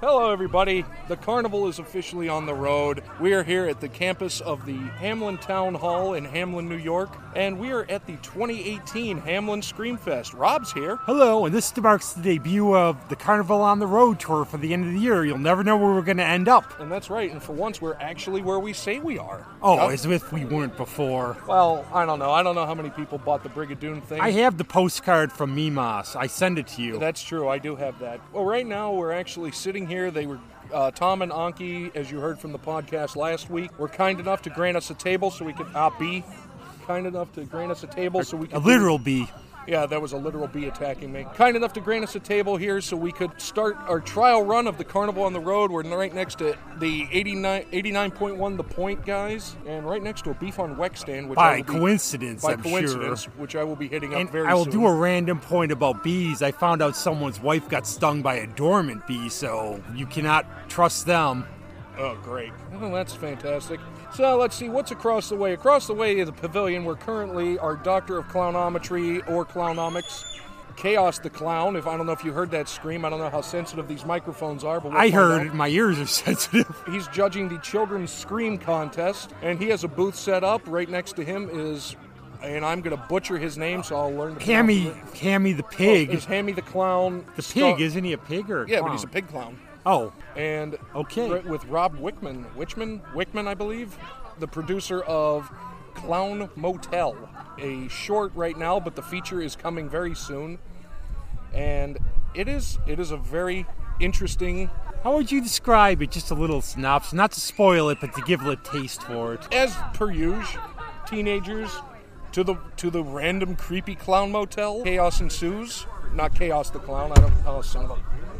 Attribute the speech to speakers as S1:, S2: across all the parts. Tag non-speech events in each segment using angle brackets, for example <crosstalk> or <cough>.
S1: Hello, everybody. The carnival is officially on the road. We are here at the campus of the Hamlin Town Hall in Hamlin, New York, and we are at the 2018 Hamlin Screamfest. Rob's here.
S2: Hello, and this marks the debut of the Carnival on the Road tour for the end of the year. You'll never know where we're going to end up.
S1: And that's right, and for once, we're actually where we say we are.
S2: Oh, as if we weren't before.
S1: Well, I don't know. I don't know how many people bought the Brigadoon thing.
S2: I have the postcard from Mimas. I send it to you.
S1: That's true. I do have that. Well, right now we're actually sitting here. They were uh, Tom and Anki, as you heard from the podcast last week, were kind enough to grant us a table so we could uh, be kind enough to grant us a table so we could
S2: A literal bee.
S1: yeah, that was a literal bee attacking me. Kind enough to grant us a table here so we could start our trial run of the Carnival on the Road. We're right next to the 89, 89.1 The Point guys, and right next to a beef on Weck stand, which I
S2: By
S1: will be-
S2: coincidence,
S1: by
S2: I'm
S1: coincidence,
S2: sure.
S1: which I will be hitting up
S2: And
S1: very
S2: I will
S1: soon.
S2: do a random point about bees. I found out someone's wife got stung by a dormant bee, so you cannot trust them.
S1: Oh, great. Well, that's fantastic. So let's see what's across the way. Across the way is the pavilion where currently our Doctor of Clownometry or Clownomics, Chaos the Clown. If I don't know if you heard that scream, I don't know how sensitive these microphones are, but we'll
S2: I
S1: find
S2: heard
S1: out.
S2: it. My ears are <laughs> sensitive.
S1: He's judging the children's scream contest, and he has a booth set up. Right next to him is, and I'm going to butcher his name, so I'll learn. to
S2: Hammy,
S1: pronounce
S2: Hammy the
S1: it.
S2: pig.
S1: Is Hammy the clown? oh,
S2: the
S1: star-
S2: pig, isn't he a pig or? a
S1: Yeah, but he's a
S2: clown?
S1: pig clown.
S2: Oh,
S1: and
S2: Okay.
S1: ri- with Rob Wickman, Wichman, Wickman, I believe, the producer of Clown Motel, a short right now, but the feature is coming very soon, and it is it is a very interesting.
S2: How would you describe it? Just a little synopsis, not to spoil it, but to give a little taste for it.
S1: as per usual, teenagers to the to the random creepy clown motel. Chaos ensues. Not chaos, the clown. I don't. Oh, son of a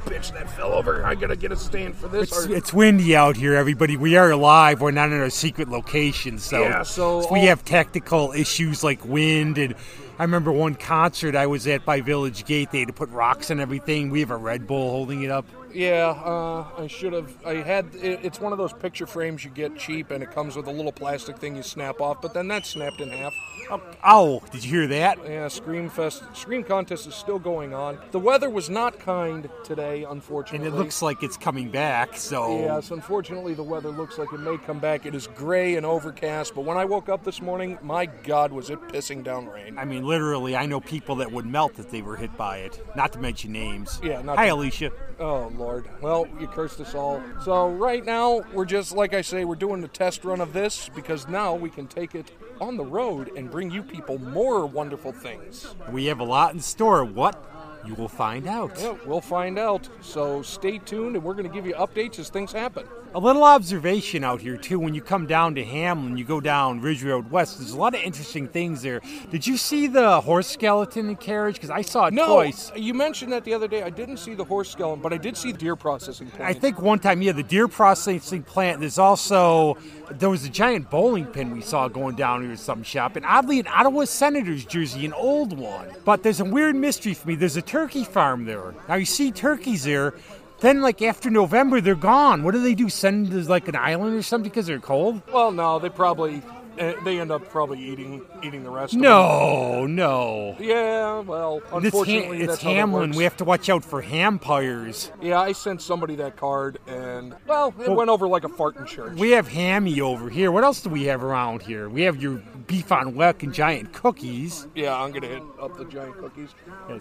S1: bitch, that fell over. I gotta get a stand for this.
S2: It's,
S1: or-
S2: it's windy out here, everybody. We are alive. We're not in our secret location, so,
S1: Yeah, so
S2: we
S1: all-
S2: have technical issues like wind. And I remember one concert I was at by Village Gate. They had to put rocks and everything. We have a Red Bull holding it up.
S1: Yeah, uh, I should have. I had. It, it's one of those picture frames you get cheap, and it comes with a little plastic thing you snap off. But then that's snapped in half.
S2: Oh, ow, did you hear that?
S1: Yeah, Scream Fest, Scream Contest is still going on. The weather was not kind today,
S2: And
S1: unfortunately.
S2: it looks like it's coming back. So
S1: Yes, unfortunately, the weather looks like it may come back. It is gray and overcast. But when I woke up this morning, my God, was it pissing down rain!
S2: I mean, literally, I know people that would melt if they were hit by it. Not to mention names.
S1: Yeah, not
S2: Hi,
S1: to-
S2: Alicia.
S1: Oh Lord. Well, you cursed us all. So right now we're just like I say, we're doing the test run of this because now we can take it on the road and bring you people more wonderful things.
S2: We have a lot in store. What? You will find out.
S1: Yeah, we'll find out. So stay tuned and we're gonna give you updates as things happen.
S2: A little observation out here, too. When you come down to Hamlin, you go down Ridge Road West, there's a lot of interesting things there. Did you see the horse skeleton and carriage? Because I saw it
S1: No
S2: twice.
S1: you mentioned that the other day. I didn't see the horse skeleton, but I did see deer processing
S2: I
S1: plant.
S2: think one time, yeah, the deer processing plant. There's also there was a giant bowling pin we saw going down here to some shop, and oddly, an Ottawa Senators jersey, an old one. But there's a weird mystery for me. There's a turkey farm there. Now you see turkeys there. Then, like after November, they're gone. What do they do? Send them to like an island or something because they're cold?
S1: well no, they probably eh, they end up probably eating eating the rest of
S2: No, no.
S1: them. Yeah, well,
S2: It's,
S1: unfortunately,
S2: ha- it's
S1: that's how that
S2: Hamlin.
S1: works.
S2: We have to watch out for hampires.
S1: Yeah, I sent somebody that card, and well, it went over like a fart in church.
S2: We have hammy over here. What else do we have around here? We have your beef on weck and giant cookies.
S1: yeah, I'm gonna hit up the giant cookies.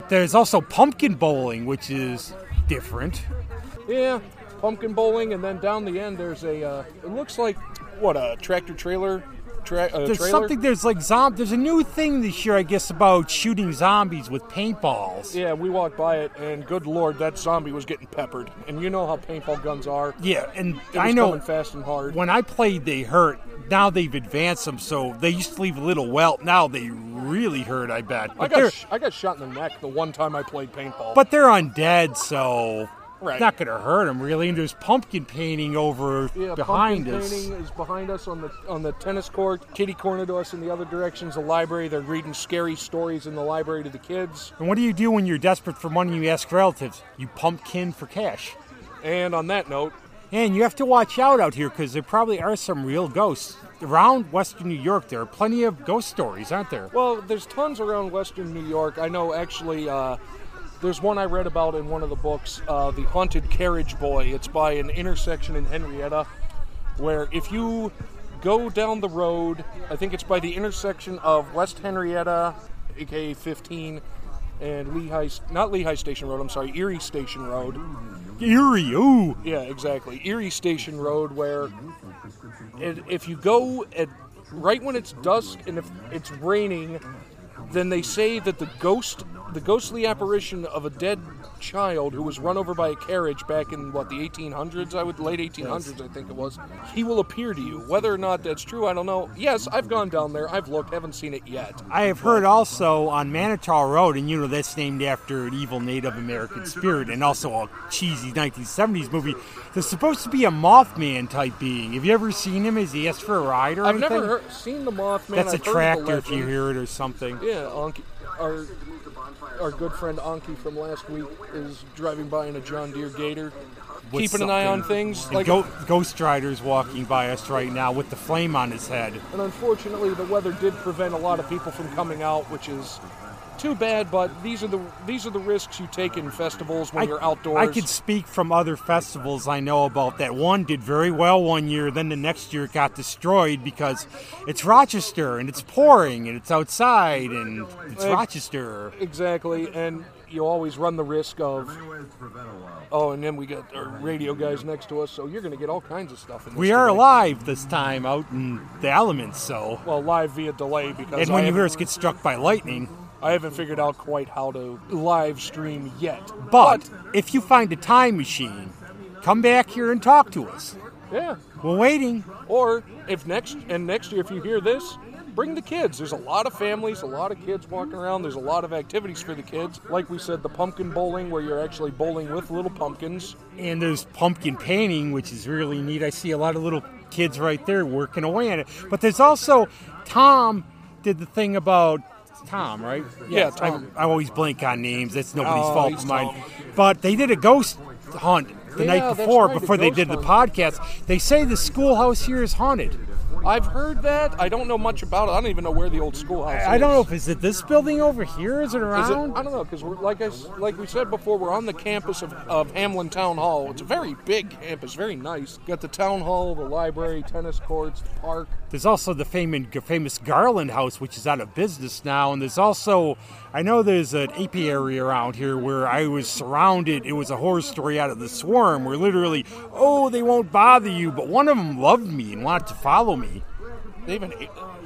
S2: There's also pumpkin bowling, which is different.
S1: Yeah, pumpkin bowling, and then down the end there's a. Uh, it looks like what a tractor trailer. Tra- uh,
S2: There's
S1: trailer?
S2: something. There's like zombie. There's a new thing this year, I guess, about shooting zombies with paintballs.
S1: Yeah, we walked by it, and good lord, that zombie was getting peppered. And you know how paintball guns are. It
S2: Yeah, and
S1: was
S2: I know
S1: coming fast and hard.
S2: when I played, they hurt. Now they've advanced them, so they used to leave a little welt. Now they really hurt. I bet.
S1: I
S2: But they're
S1: got sh- I got shot in the neck the one time I played paintball.
S2: but they're undead, so
S1: Right.
S2: it's not going to hurt them really. And there's pumpkin painting over
S1: Yeah,
S2: behind
S1: pumpkin
S2: us.
S1: painting is behind us on the on the tennis court. Kitty corner to us in the other direction is the library. They're reading scary stories in the library to the kids.
S2: And what do you do when you're desperate for money? and You ask relatives. You pumpkin for cash.
S1: And on that note,
S2: And you have to watch out out here because there probably are some real ghosts. Around Western New York, there are plenty of ghost stories, aren't there?
S1: well, there's tons around Western New York. I know actually. Uh, There's one I read about in one of the books, uh, The Haunted Carriage Boy. It's by an intersection in Henrietta where if you go down the road, I think it's by the intersection of West Henrietta, aka 15, and Lehigh, not Lehigh Station Road, I'm sorry, Erie Station Road.
S2: Eerie, ooh.
S1: Yeah, exactly. Erie Station Road, where it, if you go at right when it's dusk and if it's raining, then they say that the ghost, the ghostly apparition of a dead child who was run over by a carriage back in what the 1800s, I would late 1800s, I think it was. He will appear to you. Whether or not that's true, I don't know. Yes, I've gone down there. I've looked. Haven't seen it yet.
S2: I have heard also on Manitou Road, and you know that's named after an evil Native American spirit, and also a cheesy 1970s movie. There's supposed to be a Mothman type being. Have you ever seen him? Has he asked for a ride or
S1: I've
S2: anything?
S1: never heard, seen the Mothman.
S2: that's
S1: I've
S2: a
S1: heard of the
S2: tractor if you
S1: legend.
S2: hear it or something.
S1: Yeah, Anki, our our good friend Anki from last week is driving by in a John Deere Gator,
S2: With
S1: keeping an eye on
S2: something.
S1: things.
S2: And Go- Ghost Rider's walking by us right now with the flame on his head.
S1: and unfortunately, the weather did prevent a lot of people from coming out, which is too bad. But these are the these are the risks you take in festivals when you're outdoors.
S2: I could speak from other festivals I know about that one did very well one year, then the next year it got destroyed because it's Rochester and it's pouring and it's outside and it's
S1: Like-
S2: Rochester.
S1: exactly, and you always run the risk of. Oh, and then we got our radio guys next to us, so you're going to get all kinds of stuff. In this
S2: We are
S1: delay.
S2: alive this time out in the elements, so.
S1: Well, live via delay because
S2: And
S1: I
S2: when you
S1: haven't-
S2: hear us get struck by lightning,
S1: I haven't figured out quite how to live stream yet.
S2: but if you find a time machine, come back here and talk to us.
S1: yeah,
S2: We're waiting.
S1: or if next and next year if you hear this, bring the kids. There's a lot of families, a lot of kids walking around. There's a lot of activities for the kids. Like we said, the pumpkin bowling where you're actually bowling with little pumpkins.
S2: And there's pumpkin painting, which is really neat. I see a lot of little kids right there working away at it. But there's also Tom did the thing about Tom, right?
S1: Yeah, Tom.
S2: I, I always blank on names. That's nobody's
S1: Oh,
S2: fault
S1: he's
S2: but mine.
S1: Tom.
S2: But they did a ghost hunt the
S1: Yeah,
S2: night
S1: that's
S2: before,
S1: right, a
S2: before they
S1: ghost
S2: did the
S1: hunt.
S2: podcast. They say the schoolhouse here is haunted.
S1: I've heard that. I don't know much about it. I don't even know where the old schoolhouse is.
S2: I don't know if is it this building over here? Is it
S1: Is it,
S2: around?
S1: I don't know because like I s- like we said before, we're on the campus of, of Hamlin Town Hall. It's a very big campus, very nice. Got the town hall, the library, tennis courts, the park.
S2: There's also the famous, famous Garland House, which is out of business now. And there's also, I know there's an apiary around here where I was surrounded. It was a horror story out of the swarm where literally, oh, they won't bother you. But one of them loved me and wanted to follow me.
S1: They even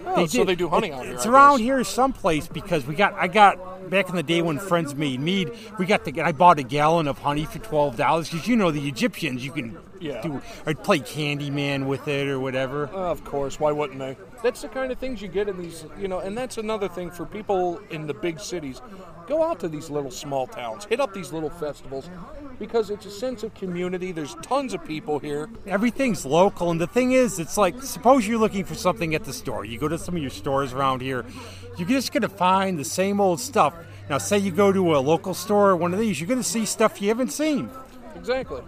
S1: oh, so
S2: did.
S1: they do hunting
S2: It-
S1: out here.
S2: It's
S1: I
S2: around
S1: guess.
S2: here someplace because we got, I got, back in the day when friends made mead, we got the, I bought a gallon of honey for $12 because you know the Egyptians, you can
S1: Yeah.
S2: do, or play Candyman with it or whatever.
S1: Of course, why wouldn't they? That's the kind of things you get in these, you know, and that's another thing for people in the big cities. Go out to these little small towns, hit up these little festivals because it's a sense of community. There's tons of people here.
S2: Everything's local, and the thing is, it's like suppose you're looking for something at the store. You go to some of your stores around here, you're just going to find the same old stuff. Now, say you go to a local store, one of these, you're going to see stuff you haven't seen.
S1: Exactly.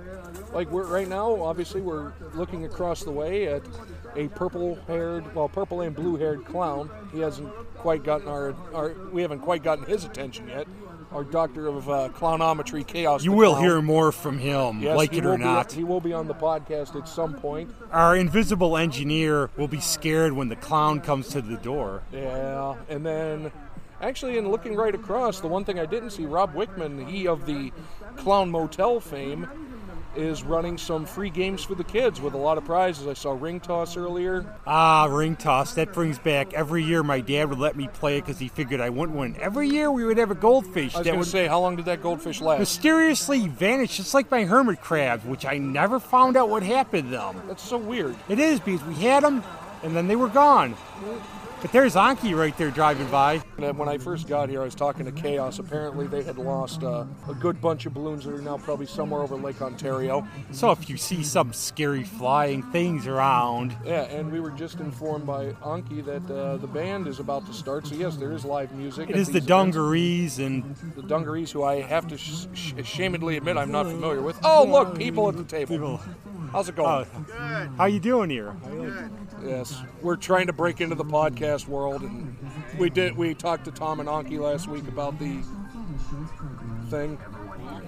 S1: Like we're right now, obviously we're looking across the way at a purple-haired, well, purple and blue-haired clown. He hasn't quite gotten our, our we haven't quite gotten his attention yet. Our doctor of uh, clownometry, chaos.
S2: You
S1: the
S2: will
S1: Clown.
S2: hear more from him,
S1: Yes,
S2: like
S1: he
S2: it
S1: will
S2: or
S1: be-
S2: not.
S1: he will be on the podcast at some point.
S2: Our invisible engineer will be scared when the clown comes to the door.
S1: Yeah, and then actually, in looking right across, the one thing I didn't see, Rob Wickman, he of the Clown Motel fame, is running some free games for the kids with a lot of prizes. I saw ring toss earlier.
S2: Ah, ring toss. That brings back every year my dad would let me play it because he figured I wouldn't win. Every year we would have a goldfish
S1: I was
S2: that
S1: going to
S2: would
S1: say, how long did that goldfish last?
S2: mysteriously vanished, just like my hermit crabs, which I never found out what happened to them.
S1: That's so weird.
S2: It is because we had them, and then they were gone. But there's Anki right there driving by.
S1: And then when I first got here, I was talking to Chaos. Apparently, they had lost uh, a good bunch of balloons that are now probably somewhere over Lake Ontario.
S2: So if you see some scary flying things around,
S1: Yeah, and we were just informed by Anki that uh, the band is about to start. So, yes, there is live music.
S2: it
S1: at
S2: is the
S1: these events.
S2: dungarees and
S1: the dungarees who I have to sh- sh- ashamedly admit I'm not familiar with. Oh, look, people at the table.
S2: people.
S1: How's it
S2: Uh,
S1: going?
S2: how you doing here?
S1: yes, we're trying to break into the podcast world, and we did. We talked to Tom and Anki last week about the
S3: thing.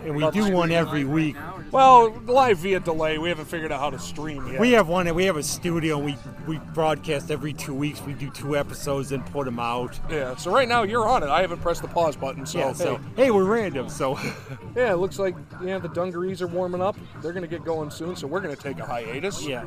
S2: And we do one every week.
S3: Well, live via delay. We haven't figured out how to stream yet.
S2: We have one. We have a studio. We we broadcast every two weeks. We do two episodes and put them out.
S3: yeah. So right now you're on it. I haven't pressed the pause button. So
S2: Yeah. So hey, we're random. So <laughs>
S3: yeah, it looks like yeah the dungarees are warming up. They're gonna get going soon. So we're gonna take a hiatus.
S2: yeah,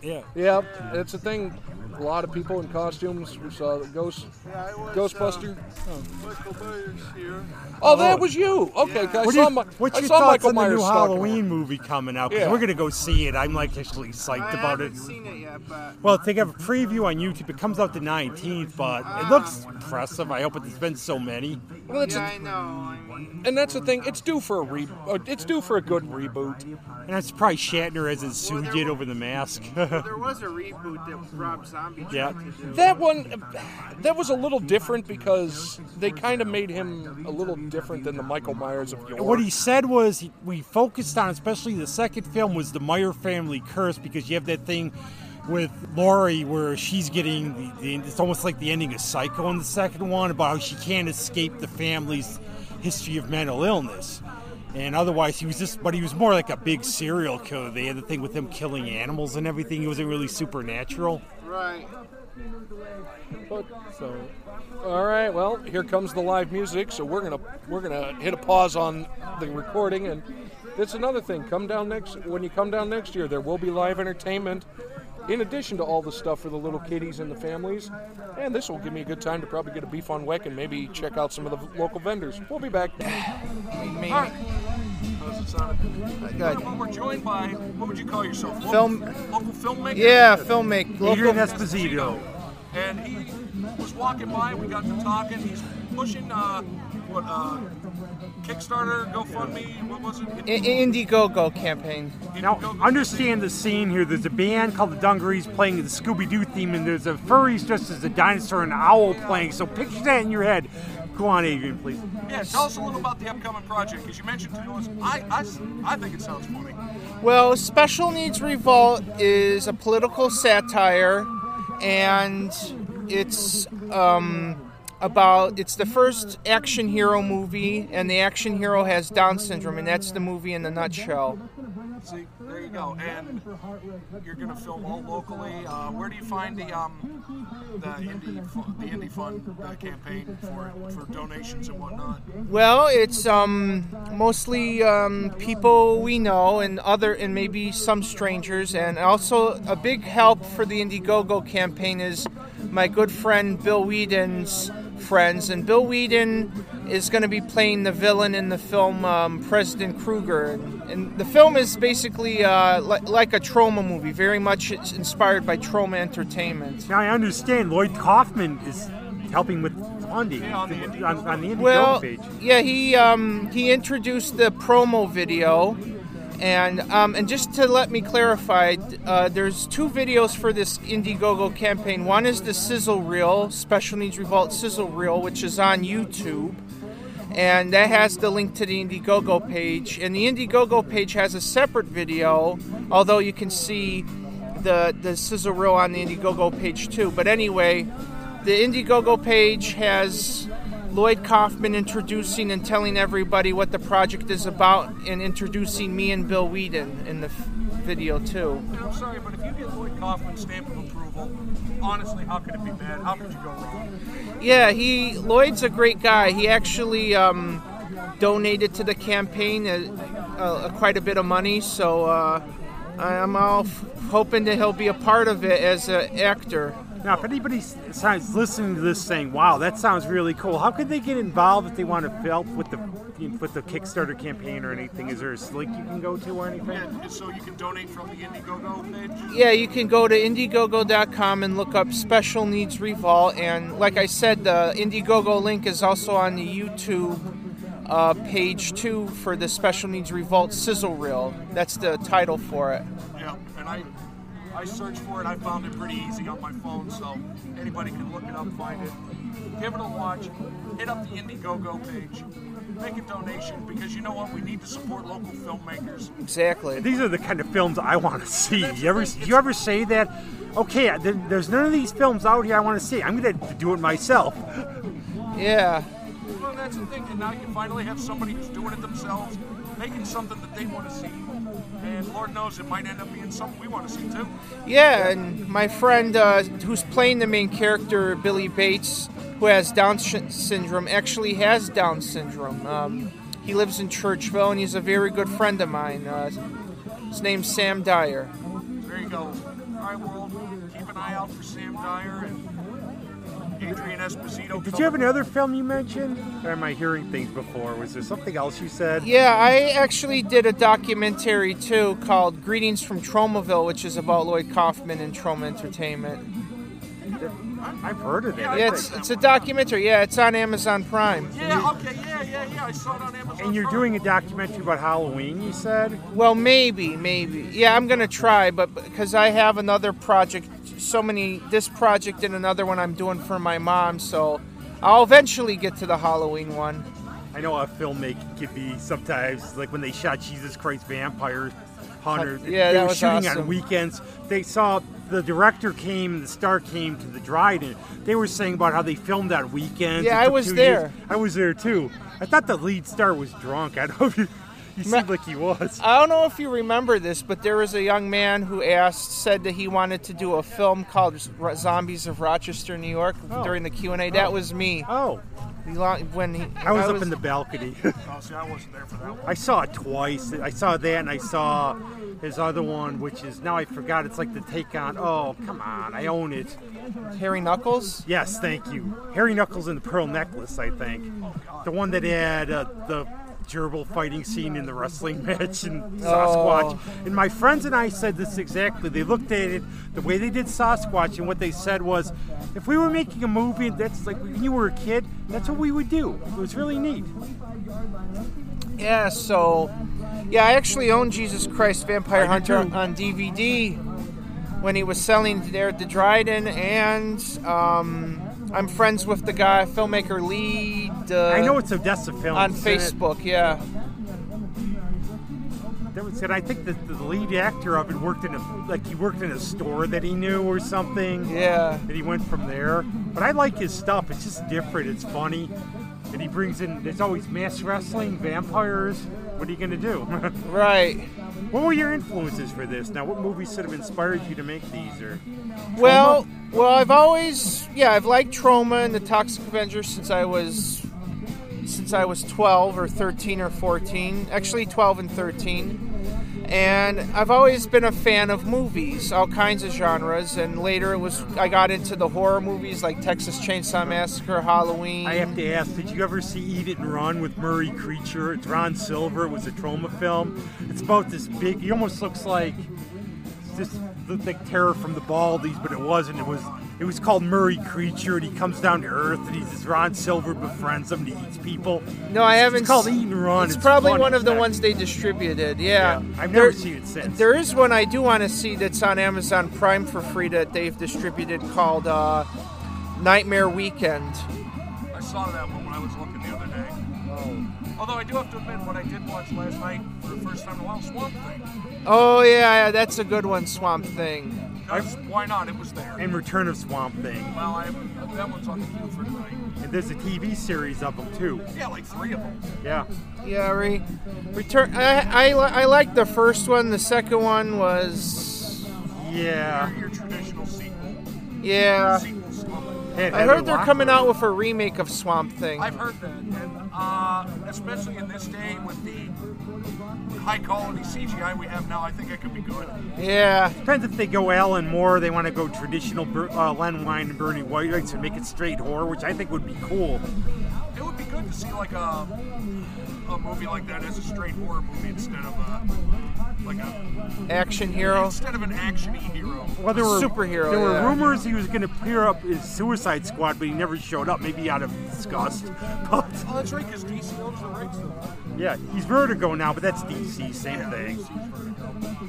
S2: yeah.
S3: Yeah, it's a thing. A lot of people in costumes. We saw the ghost,
S1: Yeah, it was,
S3: Ghostbuster.
S1: um, Michael Myers here.
S3: Oh, that was you. Okay, I
S2: What are
S3: saw,
S2: you-
S3: Mi-
S2: what's
S3: I
S2: your
S3: saw
S2: thoughts
S3: Michael
S2: on the
S3: Myers
S2: new
S3: stalking
S2: Halloween
S3: her.
S2: movie coming out? 'Cause
S3: Yeah.
S2: We're gonna go see it. I'm like actually psyched
S1: I
S2: about
S1: haven't
S2: it.
S1: seen it yet, but
S2: Well, they have a preview on YouTube. It comes out the 19th, but it looks impressive. I hope it's been so many.
S3: Well, it's
S1: yeah,
S3: a,
S1: I know. I mean,
S3: and that's the thing. It's due for a re. uh, It's due for a good reboot.
S2: And I'm surprised Shatner hasn't sued yet over the mask. <laughs>
S1: there was a reboot that Rob Zombie tried
S2: Yeah.
S1: to do.
S3: That one, that was a little different because they kind of made him a little different than the Michael Myers of yore.
S2: what he said was he- we focused on, especially the second film, was the Meyer family curse because you have that thing with Laurie where she's getting the, the it's almost like the ending of Psycho in the second one about how she can't escape the family's history of mental illness. And otherwise, he was just, but he was more like a big serial killer. They had the thing with him killing animals and everything. He wasn't really supernatural.
S1: Right.
S3: But, so, all right. Well, here comes the live music. So we're gonna we're gonna hit a pause on the recording, and that's another thing. Come down next when you come down next year. There will be live entertainment, in addition to all the stuff for the little kiddies and the families. And this will give me a good time to probably get a beef on weck and maybe check out some of the local vendors. We'll be back. All right.
S4: Good.
S3: we're joined by what would you call yourself?
S4: Film-
S3: local filmmaker.
S4: Yeah, filmmaker.
S2: Adrian
S4: Local,
S2: Esposito.
S3: and he was walking by. We got to talking. He's pushing uh, what uh, Kickstarter, GoFundMe. What was it?
S4: I- Indiegogo campaign.
S2: Now, understand the scene here. There's a band called the Dungarees playing the Scooby Doo theme, and there's a furries dressed as a dinosaur and an owl playing. So picture that in your head. Go on, Adrian, please.
S3: Yeah, tell us a little about the upcoming project because you mentioned to us. I, I s- I think it sounds funny.
S4: Well, Special Needs Revolt is a political satire, and it's um, about it's the first action hero movie, and the action hero has Down syndrome, and that's the movie in a nutshell.
S3: See, there you go. And you're gonna film all locally. Uh, where do you find the um, the indie fu- the indie fund uh, campaign for it, for donations and whatnot?
S4: Well, it's um, mostly um, people we know and other and maybe some strangers, and also a big help for the Indiegogo campaign is my good friend Bill Whedon's friends, and Bill Whedon is going to be playing the villain in the film um, President Kruger, and, and the film is basically uh, li- like a trauma movie, very much it's inspired by trauma entertainment.
S2: Now, I understand Lloyd Kaufman is helping with funding on, the on, the Indiegogo
S4: well,
S2: page.
S4: yeah, he um, he introduced the promo video, and um, and just to let me clarify, uh, there's two videos for this Indiegogo campaign. One is the sizzle reel, Special Needs Revolt sizzle reel, which is on YouTube. And that has the link to the Indiegogo page. And the Indiegogo page has a separate video, although you can see the the sizzle reel on the Indiegogo page too. But anyway, the Indiegogo page has Lloyd Kaufman introducing and telling everybody what the project is about, and introducing me and Bill Whedon in the f- video too.
S3: And I'm sorry, but if you get Lloyd Kaufman's stamp of approval, honestly, how could it be bad? How could you go wrong?
S4: Yeah, he Lloyd's a great guy. He actually um, donated to the campaign uh, uh, quite a bit of money, so uh, I'm all f- hoping that he'll be a part of it as an actor.
S2: Now, if anybody s- sounds listening to this saying, "Wow, that sounds really cool," how could they get involved if they want to help with the with the Kickstarter campaign or anything? Is there a link you can go to or anything?
S3: And so you can donate from the Indiegogo page.
S4: Yeah, you can go to Indiegogo.com and look up Special Needs Revolt, and like I said, the Indiegogo link is also on the YouTube uh, page too for the Special Needs Revolt sizzle reel. That's the title for it.
S3: Yeah, and I I searched for it. I found it pretty easy on my phone, so anybody can look it up, find it, give it a watch, hit up the Indiegogo page, make a donation because you know what? We need to support local filmmakers.
S4: Exactly.
S2: These are the kind of films I want to see. You ever you ever say that? Okay, there, there's none of these films out here I want to see. I'm gonna do it myself.
S4: Yeah.
S3: that's the thing. And now you finally have somebody who's doing it themselves, making something that they want to see. And Lord knows it might end up being something we want to see too.
S4: Yeah, and my friend uh, who's playing the main character, Billy Bates, who has Down sh- syndrome, actually has Down syndrome. Um, he lives in Churchville, and he's a very good friend of mine. Uh, his name's Sam Dyer.
S3: There you go. All right, world. Keep an eye out for Sam Dyer and Adrian Esposito.
S2: Did you have another film you mentioned? Or am I hearing things before? Was there something else you said?
S4: Yeah, I actually did a documentary too called Greetings from Tromaville, which is about Lloyd Kaufman and Troma Entertainment.
S2: I've heard of it. I
S4: Yeah, it's,
S2: think.
S4: it's a documentary. Yeah, it's on Amazon Prime.
S3: Yeah. Okay. Yeah. Yeah. Yeah. I saw it on Amazon.
S2: and you're
S3: Prime.
S2: doing a documentary about Halloween, you said?
S4: Well, maybe, maybe. Yeah, I'm gonna try, but because I have another project, so many, this project and another one I'm doing for my mom, so I'll eventually get to the Halloween one.
S2: I know a filmmaking could be sometimes like when they shot Jesus Christ Vampire Hunter.
S4: Yeah,
S2: they
S4: that
S2: were
S4: was
S2: shooting
S4: awesome.
S2: on weekends. They saw the director came, the star came to the Dryden. They were saying about how they filmed that weekend.
S4: Yeah, I was there.
S2: I was there too. I thought the lead star was drunk. <laughs> I don't know if you, you
S4: Ma-
S2: seemed like he was.
S4: I don't know if you remember this, but there was a young man who asked, said that he wanted to do a film called R- Zombies of Rochester, New York,
S2: Oh.
S4: during the Q and A. That was me.
S2: Oh,
S4: He lo- When he,
S2: I was, up in the balcony. <laughs>
S3: Oh, see, I wasn't there for that one.
S2: I saw it twice. I saw that, and I saw his other one, which is now I forgot. It's like the take on. Oh, come on! I own it.
S4: Harry Knuckles.
S2: Yes, thank you. Harry Knuckles and the Pearl Necklace, I think. The one that had uh, the gerbil fighting scene in the wrestling <laughs> match and Sasquatch.
S4: Oh.
S2: And my friends and I said this exactly. They looked at it the way they did Sasquatch, and what they said was, if we were making a movie, that's like when you were a kid, that's what we would do. It was really neat.
S4: Yeah, so yeah, I actually own Jesus Christ Vampire
S2: I do
S4: Hunter
S2: too.
S4: on DVD when he was selling there at the Dryden, and um, I'm friends with the guy, filmmaker Lee. Uh,
S2: I know it's Odessa Films.
S4: on
S2: isn't it?
S4: Facebook. Yeah,
S2: That was it. I think that the lead actor of it worked in a like he worked in a store that he knew or something.
S4: yeah.
S2: that he went from there. But I like his stuff. It's just different. It's funny. And he brings in, there's always mass wrestling, vampires. What are you going to do? <laughs>
S4: Right.
S2: what were your influences for this? Now, what movies should have inspired you to make these? Or
S4: Well, well, I've always yeah, I've liked Trauma and the Toxic Avenger since I was since I was 12 or 13 or 14. Actually, 12 and 13. And I've always been a fan of movies, all kinds of genres. And later, it was I got into the horror movies like Texas Chainsaw Massacre, Halloween.
S2: I have to ask, did you ever see Eat It and Run with Murray Creature? It's Ron Silver. It was a trauma film. It's about this big, he almost looks like this looked like terror from the Baldies, but it wasn't. It was it was called Murray Creature, and he comes down to Earth, and he's this Ron Silver befriends him, and he eats people.
S4: no, I haven't.
S2: It's called
S4: s-
S2: Eat and Run.
S4: It's, probably
S2: fun.
S4: one of the
S2: Yeah.
S4: ones they distributed.
S2: Yeah,
S4: Yeah,
S2: I've
S4: There-
S2: never seen it since.
S4: There is one I do want to see that's on Amazon Prime for free that they've distributed called uh, Nightmare Weekend.
S3: I saw that one when I was looking the other day. Although I do have to admit, what I did watch last night for the first time in a while, Swamp Thing.
S4: Oh yeah, yeah, that's a good one, Swamp Thing.
S3: Because why not? It was there.
S2: and Return of Swamp Thing.
S3: well, I, that one's on the queue for tonight.
S2: And there's a TV series of them too.
S3: Yeah, like three of them.
S2: Yeah,
S4: Yeah, re- return. I, I li- I like the first one. The second one was
S2: yeah.
S3: Your traditional sequel.
S4: yeah.
S3: sequel slump.
S2: Had
S4: I
S2: Heather
S4: heard they're
S2: Locklear.
S4: coming out with a remake of Swamp Thing.
S3: I've heard that, and uh, especially in this day with the high quality CGI we have now, I think it could be good.
S4: Yeah,
S2: Depends if they go Alan Moore, they want to go traditional Ber- uh, Len Wein and Bernie White and make it straight horror, which I think would be cool.
S3: It would be good to see like a a movie like that as a straight horror movie instead of a like a
S4: action hero.
S3: instead of an action hero.
S2: Well, there were
S4: Superhero,
S2: There were
S4: yeah.
S2: rumors he was going to clear up his Suicide Squad, but he never showed up. Maybe out of disgust. <laughs> But
S3: Oh, that's right, because DC owns the rights to it.
S2: yeah, he's Vertigo now, but that's DC, same thing.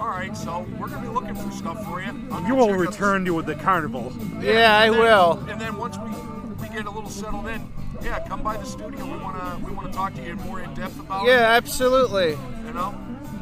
S3: All right, so we're gonna be looking for stuff for you. I'm gonna
S2: You will
S3: check out the-
S2: return to the carnival.
S4: Yeah, I
S3: and then-
S4: will.
S3: And then once we we get a little settled in, yeah, come by the studio. We wanna we wanna talk to you more in depth about it.
S4: Yeah, absolutely.
S3: you know,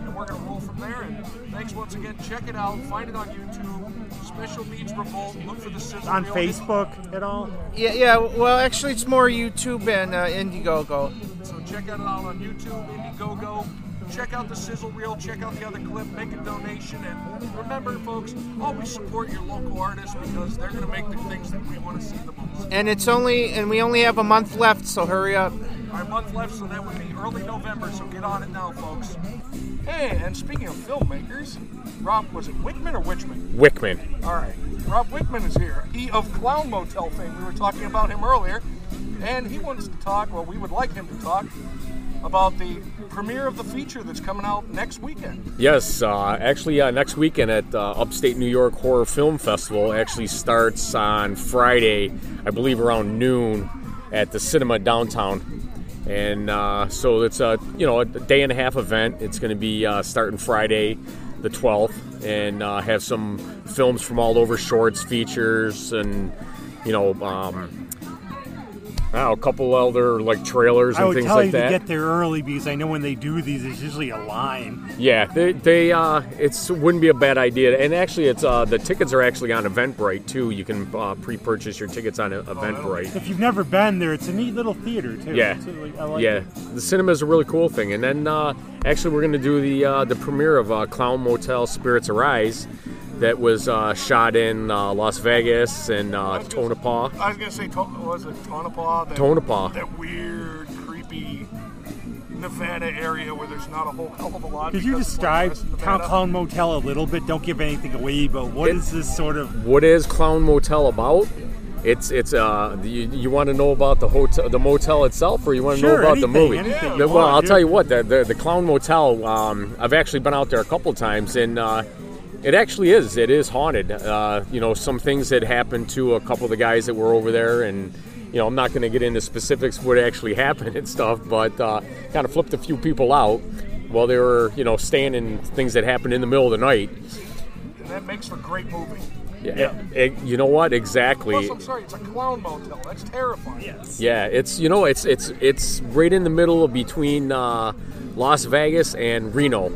S3: and we're gonna roll from there. And thanks once again. Check it out. Find it on YouTube. Special Needs Revolt. Look for the sizzle
S2: on
S3: reel.
S2: Facebook at all?
S4: Yeah, yeah. Well, actually, it's more YouTube and uh, Indiegogo.
S3: So check out it out on YouTube, Indiegogo. Check out the sizzle reel. Check out the other clip. Make a donation, and remember, folks, always support your local artists because they're going to make the things that we want to see the most.
S4: And it's only, and we only have a month left, so hurry up.
S3: Our month left, so that would be early November. So get on it now, folks. Hey, and speaking of filmmakers, Rob, was it Wickman or Witchman?
S5: Wickman.
S3: All right. Rob Wickman is here. He of Clown Motel fame. We were talking about him earlier, and he wants to talk, or we would like him to talk, about the premiere of the feature that's coming out next weekend.
S5: Yes, uh, actually, uh, next weekend at uh, Upstate New York Horror Film Festival actually starts on Friday, I believe around noon, at the cinema downtown. And uh, so it's a you know a day and a half event. It's going to be uh, starting Friday, the 12th, and uh, have some films from all over, shorts, features, and you know. Um, I don't know, a couple other like trailers
S2: I
S5: and
S2: would
S5: things
S2: tell
S5: like
S2: you
S5: that.
S2: to get there early because I know when they do these, there's usually a line.
S5: Yeah, they, they uh, it's wouldn't be a bad idea. And actually, it's uh, the tickets are actually on Eventbrite too. You can uh, pre-purchase your tickets on E-, Eventbrite.
S2: If you've never been there, it's a neat little theater too.
S5: Yeah,
S2: It's Oh, really- I like
S5: yeah.
S2: it.
S5: The cinema is a really cool thing. And then uh, actually, we're gonna do the uh, the premiere of uh, Clown Motel: Spirits Arise, that was uh, shot in uh, Las Vegas and uh, Tonopah.
S3: I was gonna say, to- was it Tonopah? That,
S5: Tonopah.
S3: That weird, creepy Nevada area where there's not a whole hell of a lot.
S2: Could you
S3: because it's
S2: describe
S3: Northwest
S2: Town
S3: Nevada.
S2: Clown Motel a little bit? Don't give anything away, but what
S5: It-
S2: is this sort of?
S5: What is Clown Motel about? It's it's uh you, you want to know about the hotel the motel itself or you want to
S2: Sure,
S5: know about
S2: anything,
S5: the movie?
S2: anything you
S5: The- well,
S2: want,
S5: I'll
S2: dude.
S5: tell you what the the, the Clown Motel. Um, I've actually been out there a couple times and uh, it actually is it is haunted. Uh, you know some things that happened to a couple of the guys that were over there and. You know, I'm not going to get into specifics what actually <laughs> happened and stuff, but uh, kind of flipped a few people out while they were, you know, staying in things that happened in the middle of the night.
S3: And that makes for great movie.
S5: Yeah. E, you know what? Exactly.
S3: Plus, I'm sorry, it's a clown motel. That's terrifying.
S5: Yeah, it's you know it's it's it's right in the middle between uh, Las Vegas and Reno.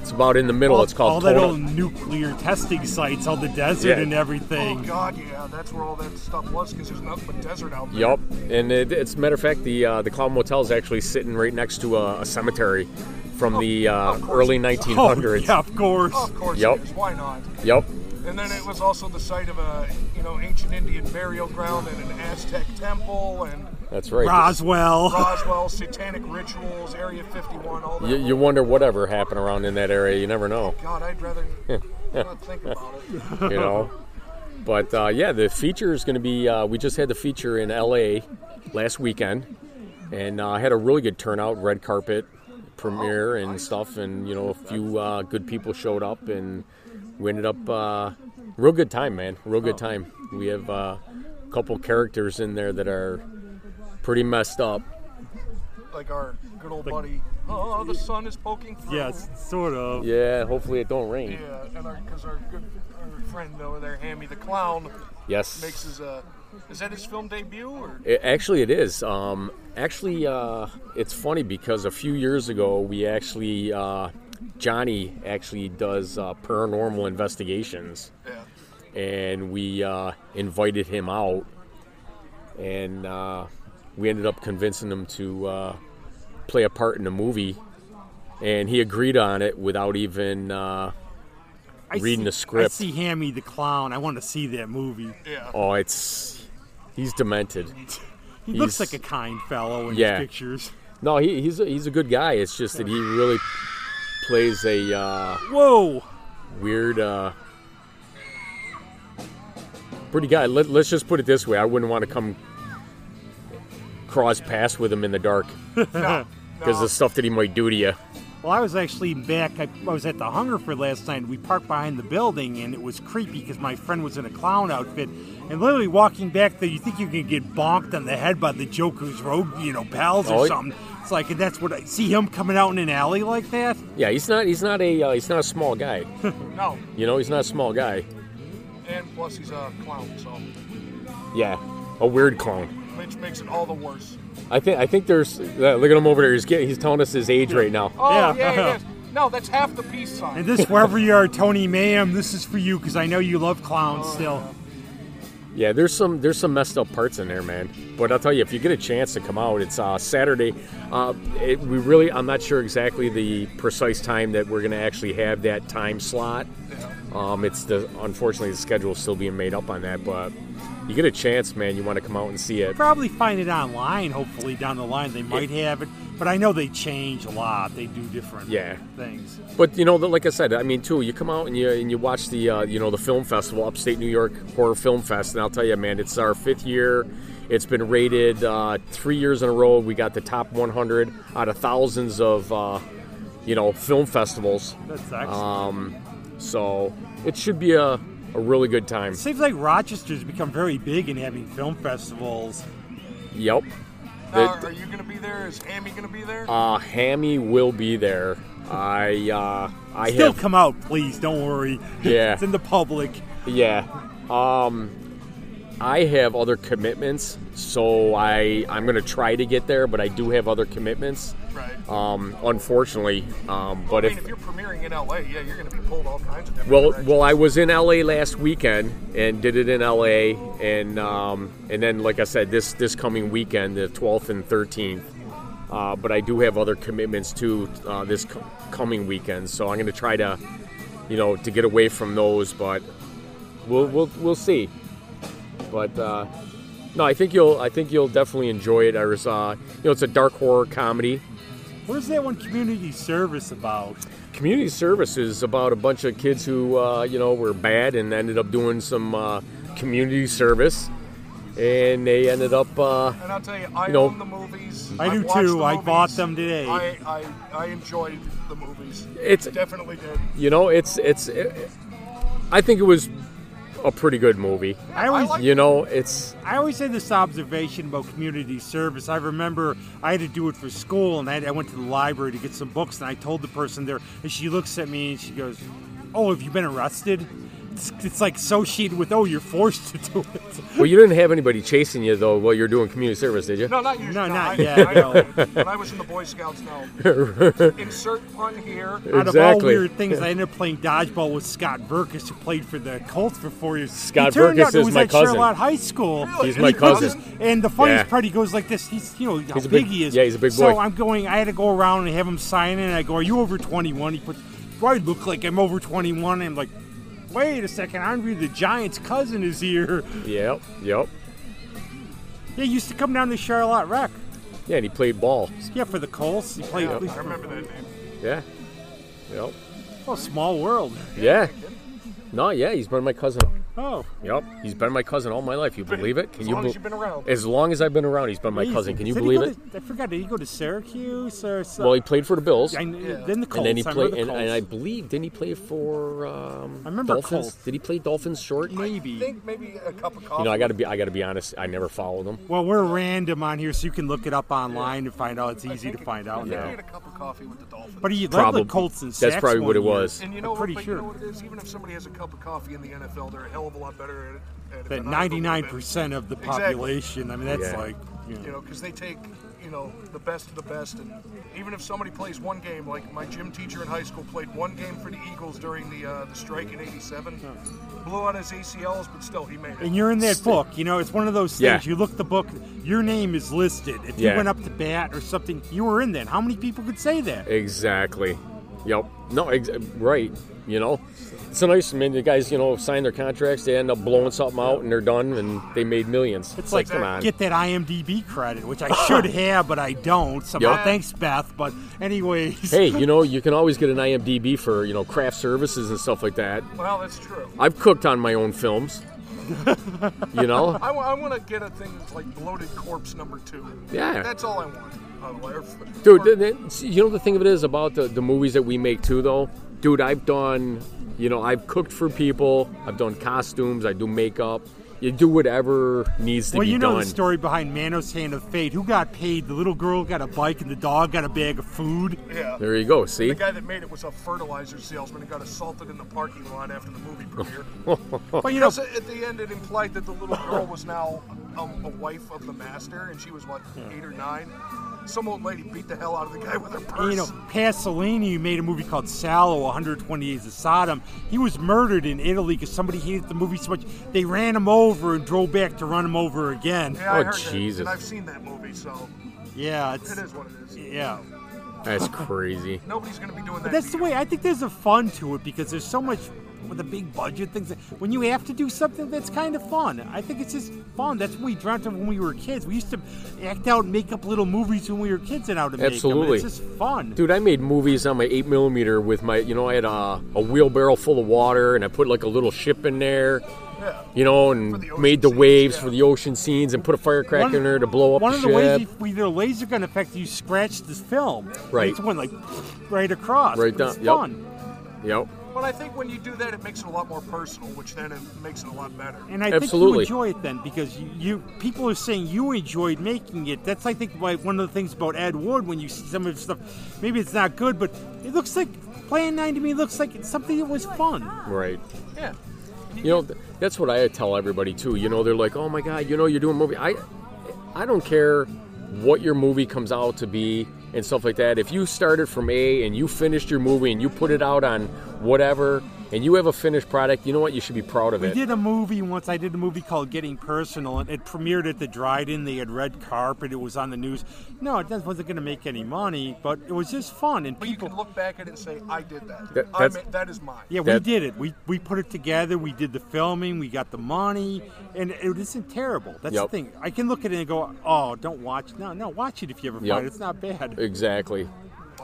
S5: It's about in the middle. it's
S2: all
S5: called
S2: that
S5: Total.
S2: old nuclear testing sites, all the desert
S5: Yeah.
S2: and
S3: Oh
S2: everything.
S3: God, yeah, that's where all that stuff was because there's nothing but desert out there.
S5: Yup, and it, it's a matter of fact, the uh, the Clown Motel is actually sitting right next to a, a cemetery from the uh,
S3: of course.
S5: early
S2: Oh,
S5: 1900s.
S2: yeah, of course.
S3: Oh, of course
S5: Yup.
S3: it is. Why not?
S5: Yup.
S3: And then it was also the site of a you know ancient Indian burial ground and an Aztec temple and
S5: that's right.
S2: Roswell.
S3: Roswell satanic rituals, Area 51, all that.
S5: You, you wonder whatever happened around in that area. You never know.
S3: God, I'd rather not think about it.
S5: you know. But uh, yeah, the feature is going to be. Uh, we just had the feature in L.A. last weekend, and uh, had a really good turnout, red carpet premiere and stuff, and you know a few uh, good people showed up, and we ended up uh, real good time, man, real good time. We have uh, a couple characters in there that are pretty messed up.
S3: Like our good old buddy. Oh, the sun is poking through.
S2: Yes, sort of.
S5: Yeah, hopefully it don't rain.
S3: Yeah, and our because our good our friend over there, Hammy the Clown,
S5: Yes.
S3: makes his uh, is that his film debut or?
S5: It, actually, it is. Um, actually, uh, it's funny because a few years ago, we actually uh, Johnny actually does uh, paranormal investigations,
S3: Yeah.
S5: and we uh, invited him out, and uh, we ended up convincing him to uh, play a part in the movie, and he agreed on it without even. Uh,
S2: I
S5: Reading
S2: see,
S5: the script.
S2: I see Hammy the clown. I want to see that movie.
S3: Yeah.
S5: oh, it's he's demented.
S2: <laughs> He looks
S5: He's-
S2: like a kind fellow in
S5: Yeah.
S2: his pictures.
S5: No, he, he's a, he's a good guy. It's just that he really plays a. Uh,
S2: Whoa!
S5: weird uh pretty guy Let, let's just put it this way i wouldn't want to come cross paths with him in the dark because the stuff that he might do to you
S2: Well, I was actually back. I, I was at the Hungerford last night. We parked behind the building, and it was creepy because my friend was in a clown outfit. And literally walking back there, you think you can get bonked on the head by the Joker's rogue, you know, pals or
S5: Oh, yeah.
S2: something. It's like, and that's what I see him coming out in an alley like that.
S5: yeah he's not he's not a uh, he's not a small guy
S3: No.
S5: you know he's not a small guy
S3: And plus, he's a clown, so
S5: yeah a weird clone
S3: which makes it all the worse.
S5: i think i think there's uh, look at him over there he's getting, he's telling us his age right now
S3: Oh
S2: Yeah.
S3: yeah, it is. No, that's half the peace
S2: <laughs>
S3: sign.
S2: And this, wherever you are, Tony Mayhem, this is for you because I know you love clowns still.
S5: Yeah, there's some there's some messed up parts in there, man. But I'll tell you, if you get a chance to come out, it's uh, Saturday. Uh, it, we really, I'm not sure exactly the precise time that we're going to actually have that time slot. Um, it's the unfortunately the schedule's still being made up on that, but you get a chance, man. You want to come out and see it.
S2: Probably find it online, hopefully, down the line. They might have it, but I know they change a lot. They do different
S5: Yeah.
S2: things.
S5: But you know, the- like I said, I mean, too, you come out and you and you watch the uh, you know the film festival, Upstate New York Horror Film Fest, and I'll tell you, man, it's our fifth year. It's been rated uh, three years in a row. We got the top 100 out of thousands of uh, you know film festivals.
S2: That's excellent.
S5: Um, So it should be a, a really good time.
S2: Seems like Rochester's become very big in having film festivals.
S5: Yep.
S3: Now,
S5: The-
S3: are you going to be there? Is Amy going to be there?
S5: uh, Hammy will be there. I uh, I
S2: Still
S5: have
S2: come out, please. Don't worry. <laughs>
S5: Yeah.
S2: it's in the public.
S5: Yeah. Um I have other commitments, so I I'm going to try to get there, but I do have other commitments.
S3: Right.
S5: Um unfortunately, um but
S3: I mean, if
S5: if
S3: you're premiering in LA, yeah, you're going to be pulled all kinds of different
S5: well,
S3: directions.
S5: well, I was in LA last weekend and did it in LA, and um, and then like I said, this this coming weekend, the 12th and 13th. Uh, but I do have other commitments too uh, this co- coming weekend, so I'm going to try to, you know, to get away from those. But we'll we'll we'll see. But uh, no, I think you'll I think you'll definitely enjoy it. I was, uh, you know, it's a dark horror comedy.
S2: What is that one community service about?
S5: Community service is about a bunch of kids who, uh, you know, were bad and ended up doing some uh, community service, and they ended up. Uh,
S3: And I'll tell you, I
S5: You know-
S3: own the movies.
S2: I
S3: I've
S2: do
S3: watched
S2: too.
S3: the
S2: I
S3: movies.
S2: bought them today.
S3: I, I, I enjoyed the movies.
S5: It's-
S3: definitely did.
S5: you know, it's it's. I think it was a pretty good movie.
S2: I always,
S3: like-
S5: You know, it's
S2: I always had this observation about community service. I remember I had to do it for school, and I, I went to the library to get some books, and I told the person there, and she looks at me and she goes, "Oh, have you been arrested?" It's, it's like associated with, "Oh, you're forced to do it."
S5: well, you didn't have anybody chasing you though while you're doing community service, did you?
S3: No, not you.
S2: No, not
S3: I,
S2: yet,
S3: I,
S2: no.
S3: When I was in the Boy Scouts,
S2: <laughs>
S3: no. Insert pun here.
S2: Out of all
S5: Exactly.
S2: weird things, I ended up playing dodgeball with Scott Burkus, who played for the Colts for four years. he
S5: Scott
S2: turned
S5: Burkus
S2: out it
S5: is
S2: was
S5: my
S2: at
S5: cousin.
S2: Charlotte High School.
S5: He's
S2: And
S5: my
S2: he goes-
S5: cousin.
S2: And the funniest
S5: Yeah.
S2: part, he goes like this. He's you know how
S5: He's a
S2: big,
S5: big-
S2: he is.
S5: yeah, he's a big
S2: So
S5: boy.
S2: I'm going. I had to go around and have him sign in. I go, "Are you over 21?" He puts, "Do I look like I'm over 21?" And I'm like, "Wait a second, Andre the Giant's cousin is here."
S5: Yep, yep.
S2: They used to come down to Charlotte Rec.
S5: Yeah, and he played ball.
S2: Yeah, for the Colts. He played.
S3: Yeah, I remember that name.
S5: Yeah. Yep.
S2: Oh, small world.
S5: Yeah. No, yeah, he's been my cousin.
S2: Oh,
S5: Yep, he's been my cousin all my life. You believe it? Can
S3: As
S5: you?
S3: long
S5: bel-
S3: as you've been around.
S5: As long as I've been around, he's been my cousin. Can you
S2: Did he
S5: believe
S2: go
S5: it?
S2: to- I forgot. Did he go to Syracuse or? so-
S5: Well, he played for the Bills,
S2: I,
S5: and
S2: kn- Then the Colts.
S5: then he
S2: I
S5: played,
S2: remember
S5: and,
S2: the
S5: and I
S2: Colts.
S5: believe didn't he play for? Um,
S2: I remember
S5: Dolphins.
S2: Colts.
S5: Did he play Dolphins short? You
S3: I
S2: maybe.
S3: think maybe a cup of coffee.
S5: know, I gotta be, I gotta be honest. I never followed him.
S2: Well, we're random on here, so you can look it up online and find out. It's
S3: I
S2: easy to
S3: think-
S2: find
S3: I
S2: out
S3: think he
S2: now.
S3: had a cup of coffee with the Dolphins.
S2: But he led
S5: Probably
S2: the Colts and
S5: that's probably what it was.
S3: and you
S2: I'm
S3: know what?
S2: pretty
S3: but
S2: sure.
S3: You know what it is? Even if somebody has a cup of coffee in the NFL, they're a hell of a lot better at, at
S2: That
S3: it than I ever would've
S2: ninety-nine
S3: been.
S2: percent of the
S3: Exactly.
S2: population. I mean, that's
S5: Yeah.
S2: like. You know.
S3: you know, because they take, you know, the best of the best. And even if somebody plays one game, like my gym teacher in high school played one game for the Eagles during the uh, the strike in '87, blew out his ACLs, but still he made
S2: And
S3: it.
S2: you're in that book, you know. It's one of those
S5: Yeah.
S2: things. You look the book, your name is listed. If you
S5: Yeah.
S2: went up to bat or something, you were in that. How many people could say that?
S5: Exactly. Yep. No. Ex- right. You know, it's nice. I mean, the guys, you know, sign their contracts. They end up blowing something out, and they're done, and they made millions.
S2: It's like
S5: come on.
S2: get that IMDb credit, which I should have, but I don't. Somehow,
S5: Yep.
S2: thanks, Beth. But anyways, <laughs>
S5: Hey, you know, you can always get an IMDb for you know craft services and stuff like that.
S3: Well, that's true.
S5: I've cooked on my own films. you know?
S3: I want to get a thing that's like bloated corpse number two.
S5: Yeah.
S3: that's all I want. out of life.
S5: Dude,
S3: Or-
S5: th- th- see, you know the thing of it is about the, the movies that we make too, though? Dude, I've done, you know, I've cooked for people, I've done costumes, I do makeup. You do whatever needs to
S2: well,
S5: be
S2: you know
S5: done.
S2: the story behind Mano's Hand of Fate. Who got paid? The little girl got a bike, and the dog got a bag of food.
S3: yeah.
S5: There you go, see?
S3: The guy that made it was a fertilizer salesman and got assaulted in the parking lot after the movie
S5: <laughs>
S3: premiere.
S2: But you know,
S3: Because at the end, it
S5: Hmm.
S3: implied that the little girl was now a, a wife of the master, and she was what eight or nine. Some old lady beat the hell out of the guy with her purse.
S2: And, you know, Pasolini made a movie called Sallow, 120 Days of Sodom. He was murdered in Italy because somebody hated the movie so much they ran him over and drove back to run him over again.
S3: yeah, I
S5: Oh,
S3: heard
S5: Jesus.
S3: That, and I've seen that movie, so
S2: Yeah,
S3: it
S2: it's
S3: is what it is.
S2: yeah.
S5: That's crazy.
S3: Nobody's going to be doing that.
S2: But that's
S3: to
S2: the
S3: you.
S2: way I think there's a fun to it because there's so much with the big budget things. that- When you have to do something that's kind of fun, I think it's just fun. That's what we dreamt of when we were kids. We used to act out and make up little movies when we were kids and how to make 'em, and
S5: Absolutely.
S2: It's just fun.
S5: Dude, I made movies on my 8 millimeter with my, you know, I had a, a wheelbarrow full of water and I put like a little ship in there, you know, and
S3: the ocean
S5: made the
S3: scenes,
S5: waves
S3: yeah.
S5: for the ocean scenes and put a firecracker in there to blow up
S2: one
S5: the
S2: of
S5: ship.
S2: the ways you, with your laser gun effect, you scratch the film.
S5: Right.
S2: It's one like right across.
S5: Right
S2: but it's
S5: down- yep.
S2: fun.
S5: yep.
S3: But I think when you do that, it makes it a lot more personal, which then it makes it a lot better.
S2: And I
S5: Absolutely.
S2: think you enjoy it then because you, you people are saying you enjoyed making it. That's I think why one of the things about Ed Wood when you see some of his stuff, maybe it's not good, but it looks like playing nine to me looks like it's something that was fun.
S5: Right.
S3: Yeah.
S5: You know, th- that's what I tell everybody too. You know, they're like, "Oh my god, you know, you're doing a movie." I, I don't care what your movie comes out to be and stuff like that. If you started from A and you finished your movie and you put it out on whatever, and you have a finished product, you know what? You should be proud of
S2: We
S5: it.
S2: did a movie once. I did a movie called Getting Personal, and it premiered at the Dryden. They had red carpet. It was on the news. No, it doesn't- wasn't going to make any money, but it was just fun. And
S3: But you
S2: people
S3: can look back at it and say, I did that.
S5: That-
S3: I
S5: that's-
S3: mean, that is mine.
S2: Yeah, we
S5: That-
S2: did it. We we put it together. We did the filming. We got the money, and it isn't terrible. That's
S5: Yep.
S2: the thing. I can look at it and go, "Oh, don't watch." No, no, watch it if you ever
S5: Yep.
S2: find it. It's not bad.
S5: Exactly.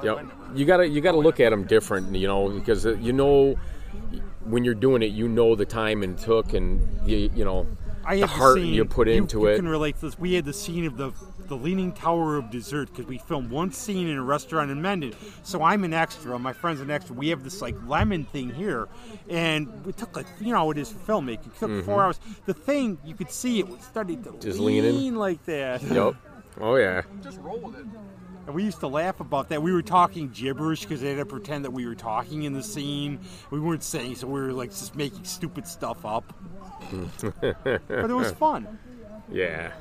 S5: Yep. You gotta you gotta look at them different, you know, because uh, you know when you're doing it, you know the time it took and you you know
S2: I
S5: the
S2: had
S5: heart
S2: scene,
S5: you put into
S2: you
S5: it.
S2: can relate to this. We had the scene of the the Leaning Tower of Dessert because we filmed one scene in a restaurant in Mendon. So I'm an extra. My friend's an extra. We have this like lemon thing here, and it took like you know how it is for filmmaking. It took four hours. The thing you could see it started to
S5: Mm-hmm. Just
S2: lean
S5: leaning.
S2: like that.
S5: Yep. Oh yeah.
S3: Just roll with it.
S2: And we used to laugh about that. We were talking gibberish because they had to pretend that we were talking in the scene. We weren't saying, so we were like just making stupid stuff
S5: <laughs>
S2: up. but it was fun.
S5: Yeah.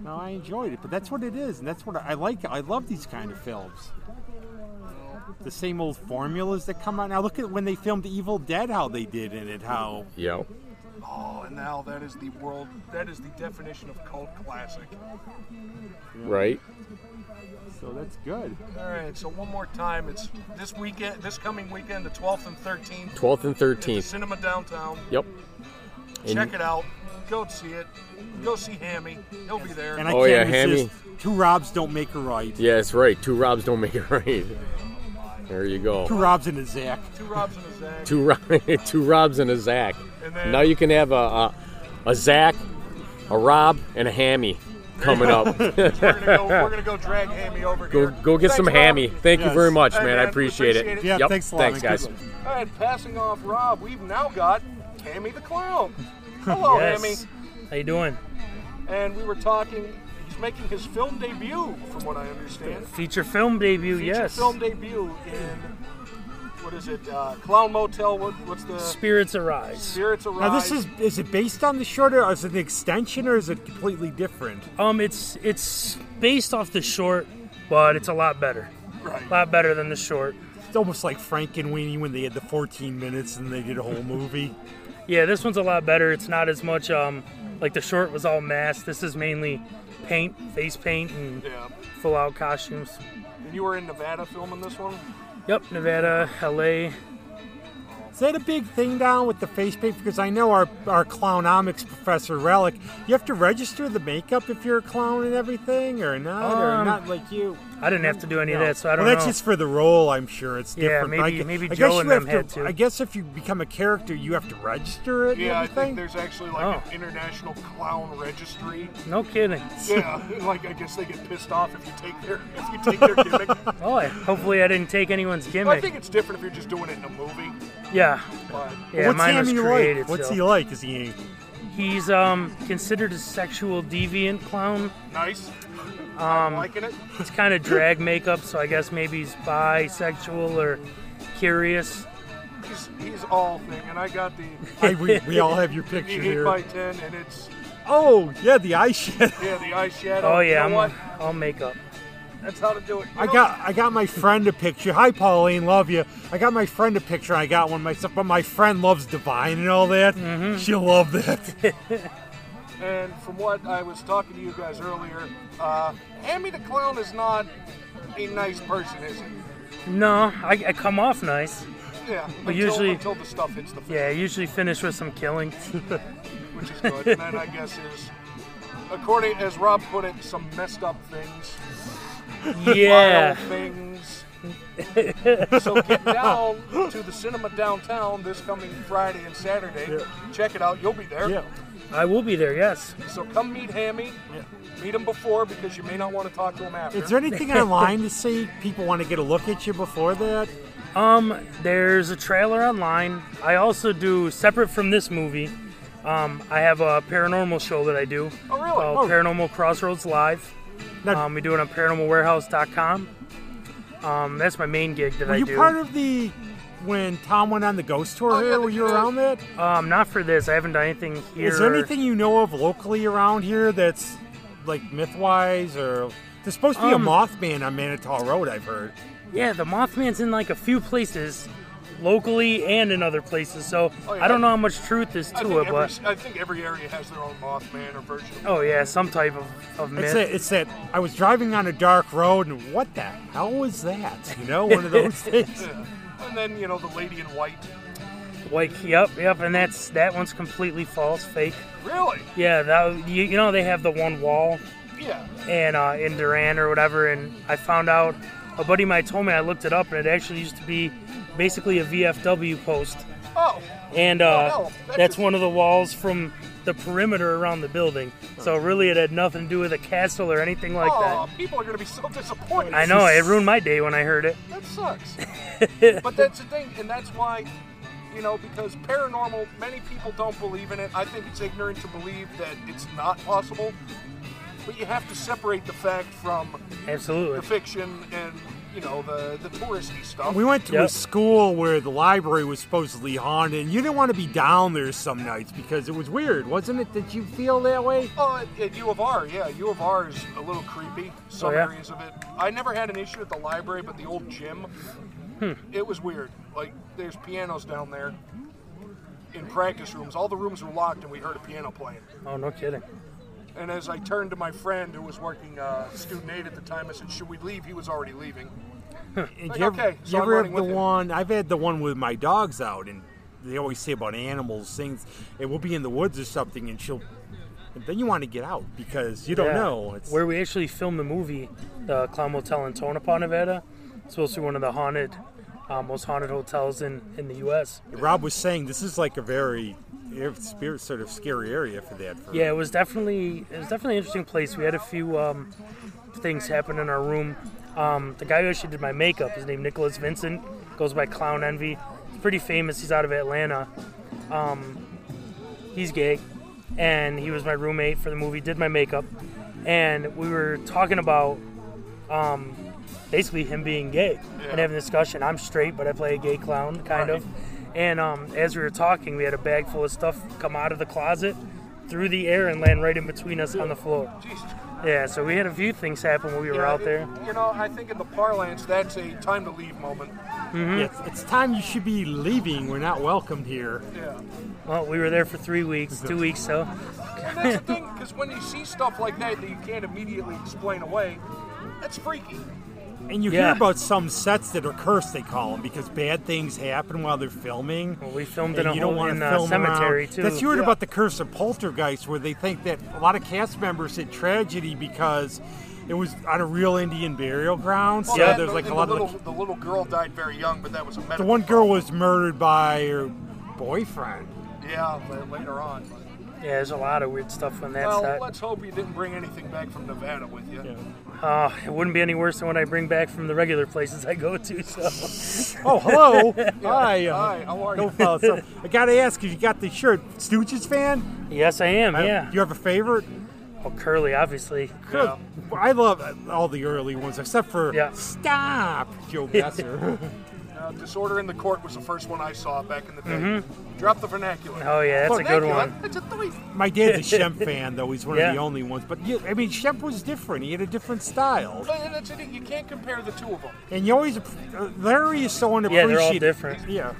S2: No, I enjoyed it. But that's what it is, and that's what I like. I love these kind of films. The same old formulas that come out now. Look at when they filmed Evil Dead, how they did in it. How
S5: Yep.
S3: Oh, and now that is the world, that is the definition of cult classic.
S5: Right.
S2: so that's good.
S3: All right, so one more time. It's this weekend, this coming weekend, the 12th and 13th.
S5: 12th and
S3: At the
S5: 13th.
S3: cinema downtown.
S5: Yep. And
S3: Check it out. Go see it. Go see Hammy. He'll be there.
S2: And I
S5: Oh,
S2: can't
S5: yeah, Hammy.
S2: resist. Two Robs don't make a right.
S5: Yeah, that's right. Two Robs don't make it <laughs> right. There you
S2: Two
S5: go.
S2: Robs and a Zach.
S3: Two Robs and a Zach.
S5: Two Ro- <laughs> two Robs and a Zach.
S3: And then-
S5: now you can have a, a a Zach, a Rob, and a Hammy coming up.
S3: We're gonna go. We're gonna go drag Hammy over
S5: go
S3: here.
S5: go get
S3: Thanks,
S5: some
S3: Rob.
S5: hammy. Thank
S2: Yes.
S5: you very much,
S3: Hey,
S5: man.
S3: man,
S5: I
S3: we
S5: appreciate
S3: appreciate
S5: it.
S3: it.
S2: Yeah,
S5: Yep.
S2: thanks a lot.
S5: Thanks,
S2: man. Good
S5: guys.
S2: luck.
S3: All right, passing off Rob. We've now got Hammy
S2: <laughs>
S3: the clown. Hello, Hammy.
S6: How you doing?
S3: And we were talking. He's making his film debut, from what I understand.
S6: Feature film debut,
S3: Feature
S6: yes.
S3: Film debut in what is it? Uh, Clown Motel. What, what's the
S6: Spirits Arise.
S3: spirits arrive?
S2: Now this is is it based on the short or is it an extension or is it completely different?
S6: Um, it's it's based off the short, but it's a lot better.
S3: Right.
S6: A lot better than the short.
S2: It's almost like Frank and Weenie when they had the 14 minutes and they did a whole movie.
S6: Yeah, this one's a lot better. It's not as much um like the short was all mask. This is mainly paint, face paint, and
S3: Yeah.
S6: full out costumes.
S3: And you were in Nevada filming this one.
S6: Yep, Nevada, LA.
S2: Is that a big thing down with the face paint? Because I know our our clownomics professor Relic, you have to register the makeup if you're a clown and everything, or not, or
S6: Um,
S2: not like you.
S6: I didn't have to do any of that, so I don't
S2: well, that's
S6: know.
S2: just for the role, I'm sure. It's
S6: Yeah,
S2: different. but I
S6: maybe-
S2: gu-
S6: maybe
S2: I guess
S6: Joe and
S2: you have
S6: them had to.
S2: I guess if you become a character, you have to register it.
S3: Yeah, I
S2: and everything.
S3: think there's actually like
S6: Oh.
S3: an international clown registry.
S6: no kidding.
S3: Yeah, like I guess they get pissed off if you take their <laughs> if you take their gimmick.
S6: Oh, I, hopefully I didn't take anyone's
S3: I
S6: gimmick.
S3: think it's different if you're just doing it in a movie.
S6: yeah,
S3: But
S6: yeah,
S2: What's
S6: mine was
S2: Hammy
S6: created.
S2: like? What's
S6: so.
S2: he like? Is he?
S6: He's um considered a sexual deviant clown.
S3: nice. I'm liking it.
S6: It's kind of drag makeup, so I guess maybe he's bisexual or curious.
S3: He's, he's all thing, and I got the
S2: I, we, we all have your
S3: the
S6: <laughs>
S2: picture
S3: eight
S2: here.
S3: by ten, and it's
S2: Oh yeah, the eye shadow.
S3: yeah the eye shadow.
S6: Oh
S3: You
S6: yeah, <laughs>
S3: know
S6: I'm
S3: what?
S6: all makeup. That's how to do it.
S2: <laughs> I got I got my friend a picture. Hi, Pauline, love you. I got my friend a picture. I got one myself, but my friend loves Divine and all that.
S6: Mm-hmm.
S2: She'll love
S6: <laughs>
S2: that.
S3: And from what I was talking to you guys earlier, uh, Hammy the Clown is not a nice person, is he?
S6: No, I, I come off nice.
S3: Yeah. until,
S6: usually-
S3: until the stuff hits the fan,
S6: Yeah, I usually finish with
S3: <laughs>
S6: some killing.
S3: which is good. and then I guess is, according as Rob put it, some messed up things,
S6: yeah.
S3: vile things. so get down to the cinema downtown this coming Friday and Saturday. Check it out. You'll be there.
S2: yeah.
S6: I will be there, yes.
S3: So come meet Hammy. Meet him before because you may not want to talk to him after.
S2: Is there anything online to see? People want to get a look at you before that.
S6: Um, there's a trailer online. I also do separate from this movie. Um, I have a paranormal show that I do.
S3: Oh, really? Oh.
S6: called Paranormal Crossroads Live.
S2: Now,
S6: Um, we do it on ParanormalWarehouse.com. Um, that's my main gig that
S2: were
S6: I
S2: you
S6: do.
S2: part of the when Tom went on the ghost tour
S3: Oh,
S2: here?
S3: yeah,
S2: were
S3: the-
S2: you around that?
S6: um, not for this. I haven't done anything here.
S2: Is there anything you know of locally around here that's like myth-wise or? There's supposed to be
S6: Um,
S2: a Mothman on Manitou Road. I've heard.
S6: Yeah, the Mothman's in like a few places, locally and in other places. So
S3: Oh, yeah.
S6: I don't know how much truth is
S3: I
S6: to
S3: think,
S6: it, but
S3: every, I think every area has their own Mothman or version. of
S6: oh yeah, some type of, of myth.
S2: It's that, it's that I was driving on a dark road and what the hell was that? You know, one of
S3: <laughs>
S2: those things.
S3: And then you know the lady in white.
S6: Like, yep, yep, and that's that one's completely false, fake.
S3: Really?
S6: Yeah, that you, you know they have the one wall
S3: Yeah.
S6: and uh, in Duran or whatever, and I found out a buddy of mine told me I looked it up, and it actually used to be basically a VFW post,
S3: Oh,
S6: and uh,
S3: Oh, no, that's
S6: that's,
S3: just-
S6: one of the walls from the perimeter around the building. So really, it had nothing to do with a castle or anything like
S3: oh
S6: that.
S3: people are gonna be so disappointed.
S6: I know it ruined my day when I heard it.
S3: That
S6: <laughs>
S3: sucks. but that's the thing, and that's why, you know, because paranormal, many people don't believe in it. I think it's ignorant to believe that it's not possible. But you have to separate the fact from
S6: Absolutely.
S3: the fiction and you know the the touristy stuff.
S2: We went to a
S6: Yep.
S2: school where the library was supposedly haunted, and you didn't want to be down there some nights because it was weird, wasn't it? Did you feel that way?
S3: Oh, at, at U of R, yeah. U of R is a little creepy. Some
S6: Oh, yeah?
S3: areas of it. I never had an issue at the library, but the old gym,
S6: Hmm.
S3: it was weird. Like there's pianos down there in practice rooms. All the rooms were locked, and we heard a piano playing.
S6: Oh no, kidding.
S3: And as I turned to my friend who was working uh, student aid at the time, I said, "Should we leave?" He was already leaving.
S2: And
S3: Like,
S2: you ever,
S3: okay, so
S2: you
S3: I'm
S2: ever
S3: running
S2: have the
S3: with you.
S2: one? I've had the one with my dogs out, and they always say about animals, things. And we'll be in the woods or something, and she'll. And then you want to get out because
S3: Oh,
S2: you don't
S6: Yeah.
S2: know. It's,
S6: Where we actually filmed the movie, the Clown Motel in Tonopah, Nevada. It's supposed to be one of the haunted, uh, most haunted hotels in, in the U.S.
S2: Rob was saying this is like a very air- spirit sort of scary area for that. For
S6: Yeah, it was definitely it was definitely an interesting place. We had a few um, things happen in our room. Um, the guy who actually did my makeup, his name Nicholas Vincent, goes by Clown Envy. He's pretty famous. He's out of Atlanta. Um, he's gay, and he was my roommate for the movie. Did my makeup, and we were talking about um, basically him being gay and having a discussion. I'm straight, but I play a gay clown, kind of. And um, as we were talking, we had a bag full of stuff come out of the closet through the air and land right in between us on the floor.
S3: Jesus.
S6: Yeah, so we had a few things happen when we were
S3: Yeah,
S6: out
S3: it-
S6: there.
S3: You know, I think in the parlance, that's a time to leave moment.
S2: Yeah, it's, it's time you should be leaving. We're not welcomed here.
S3: Yeah.
S6: Well, we were there for three weeks, two weeks, so
S3: And that's the thing, because when you see stuff like that that you can't immediately explain away, that's freaky.
S2: And you hear
S6: Yeah.
S2: about some sets that are cursed, they call them, because bad things happen while they're filming.
S6: well, we filmed in
S2: and
S6: a
S2: you don't
S6: whole,
S2: want
S6: in
S2: to
S6: a
S2: film around.
S6: cemetery too.
S2: That's you heard about the curse of poltergeist, where they think that a lot of cast members had tragedy because it was on a real Indian burial ground. So
S3: Well, that
S2: there's like
S3: and
S2: a lot
S3: the
S2: of
S3: little,
S2: like,
S3: the little girl died very young, but that was a medical.
S2: the one girl was murdered by her boyfriend.
S3: Yeah, la- later on.
S6: yeah, there's a lot of weird stuff on that
S3: well,
S6: set.
S3: let's hope you didn't bring anything back from Nevada with you.
S6: Uh, it wouldn't be any worse than what I bring back from the regular places I go to. So
S2: Oh, hello. Hi. uh,
S3: Hi, how are
S2: Go
S3: you?
S2: follow. So I gotta ask if you got the shirt. Stooges fan?
S6: yes, I am.
S2: I-
S6: yeah.
S2: Do you have a favorite?
S6: Oh, Curly, obviously.
S2: Good. I love all the early ones except for
S6: Yeah.
S2: Stop, Joe Besser. <laughs>
S3: Uh,
S2: Mm-hmm.
S3: Disorder in the Court was the first one I saw back in the day. Drop the vernacular.
S6: Oh yeah, that's a good
S3: Vernacular?
S6: one.
S3: It's a three
S1: Really?
S2: My dad's a
S6: <laughs>
S2: Shemp fan, though. He's one
S6: Yeah.
S2: of the only ones. But you, I mean, Shemp was different. He had a different style.
S3: But that's the thing, uh, you can't compare the two of them.
S2: And you always, uh, Larry is so underappreciated.
S6: Yeah, they're all different.
S2: Yeah.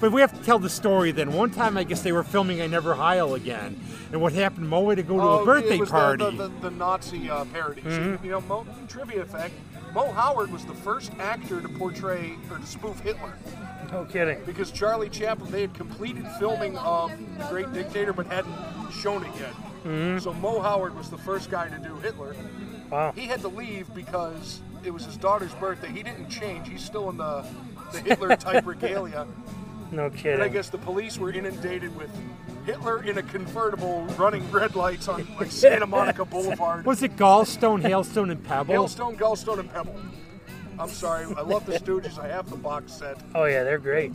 S2: But we have to tell the story then. One time, I guess they were filming I Never Heil again. And what happened, Mo had to go to a birthday
S3: Oh, it was the-
S2: party. Mm-hmm.
S3: The, the, the Nazi uh, parodies. You know, Mo, trivia fact: Mo Howard was the first actor to portray or to spoof Hitler
S6: No kidding.
S3: because Charlie Chaplin they had completed filming of The Great Dictator but hadn't shown it yet.
S2: Mm-hmm.
S3: So Mo Howard was the first guy to do Hitler.
S6: Wow.
S3: He had to leave because it was his daughter's birthday. He didn't change. He's still in the
S2: <laughs>
S3: the Hitler type regalia.
S6: No
S3: And I
S6: kidding.
S3: guess the police were inundated with Hitler in a convertible running red lights on like Santa Monica
S2: <laughs>
S3: Boulevard.
S2: was it Gallstone, Hailstone, and Pebble?
S3: Hailstone, Gallstone, and Pebble. I'm sorry, I love the Stooges. I have the box set,
S6: Oh yeah, they're great.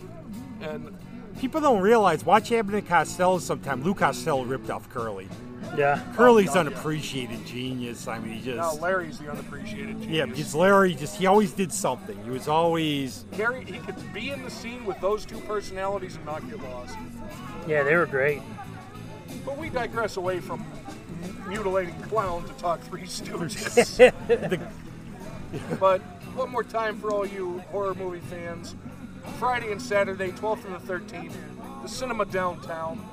S3: and
S2: People don't realize. Watch Abbott and Costello sometime. Lou Costello ripped off Curly.
S6: Yeah.
S2: Curly's
S3: Oh, God, yeah.
S2: unappreciated genius. I mean, he
S3: now
S2: just.
S3: Larry's the unappreciated
S2: yeah,
S3: genius.
S2: because Larry just, he always did something. He was always.
S3: Gary, he could be in the scene with those two personalities and not get lost.
S6: Yeah, they were great.
S3: But we digress away from mutilating clown to talk
S2: <laughs>
S3: Three Stooges. but one more time for all you horror movie fans: Friday and Saturday, 12th and the 13th, the cinema downtown.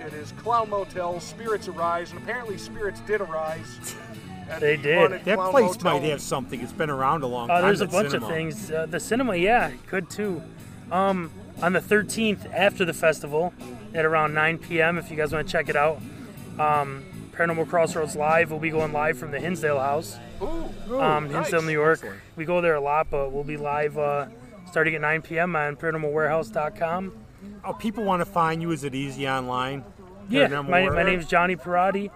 S3: It is Clown Motel. Spirits arise, and apparently spirits did arise. at
S6: They
S3: the
S6: did.
S3: haunted
S2: That
S3: Clown
S2: place
S3: Motel.
S2: might have something. It's been around a long
S6: Uh,
S2: time.
S6: there's a
S2: that
S6: bunch
S2: cinema.
S6: of things. Uh, the cinema, yeah, could too. Um, on the 13th after the festival, at around 9 p.m., if you guys want to check it out, um, Paranormal Crossroads Live will be going live from the Hinsdale House,
S3: Ooh,
S6: um,
S3: nice.
S6: Hinsdale, New York. We go there a lot, but we'll be live uh, starting at 9 p.m. on ParanormalWarehouse.com.
S2: Oh, people want to find you. Is it easy online?
S6: Yeah,
S2: Paranormal
S6: my, my
S2: Warrior?
S6: name's Johnny Parati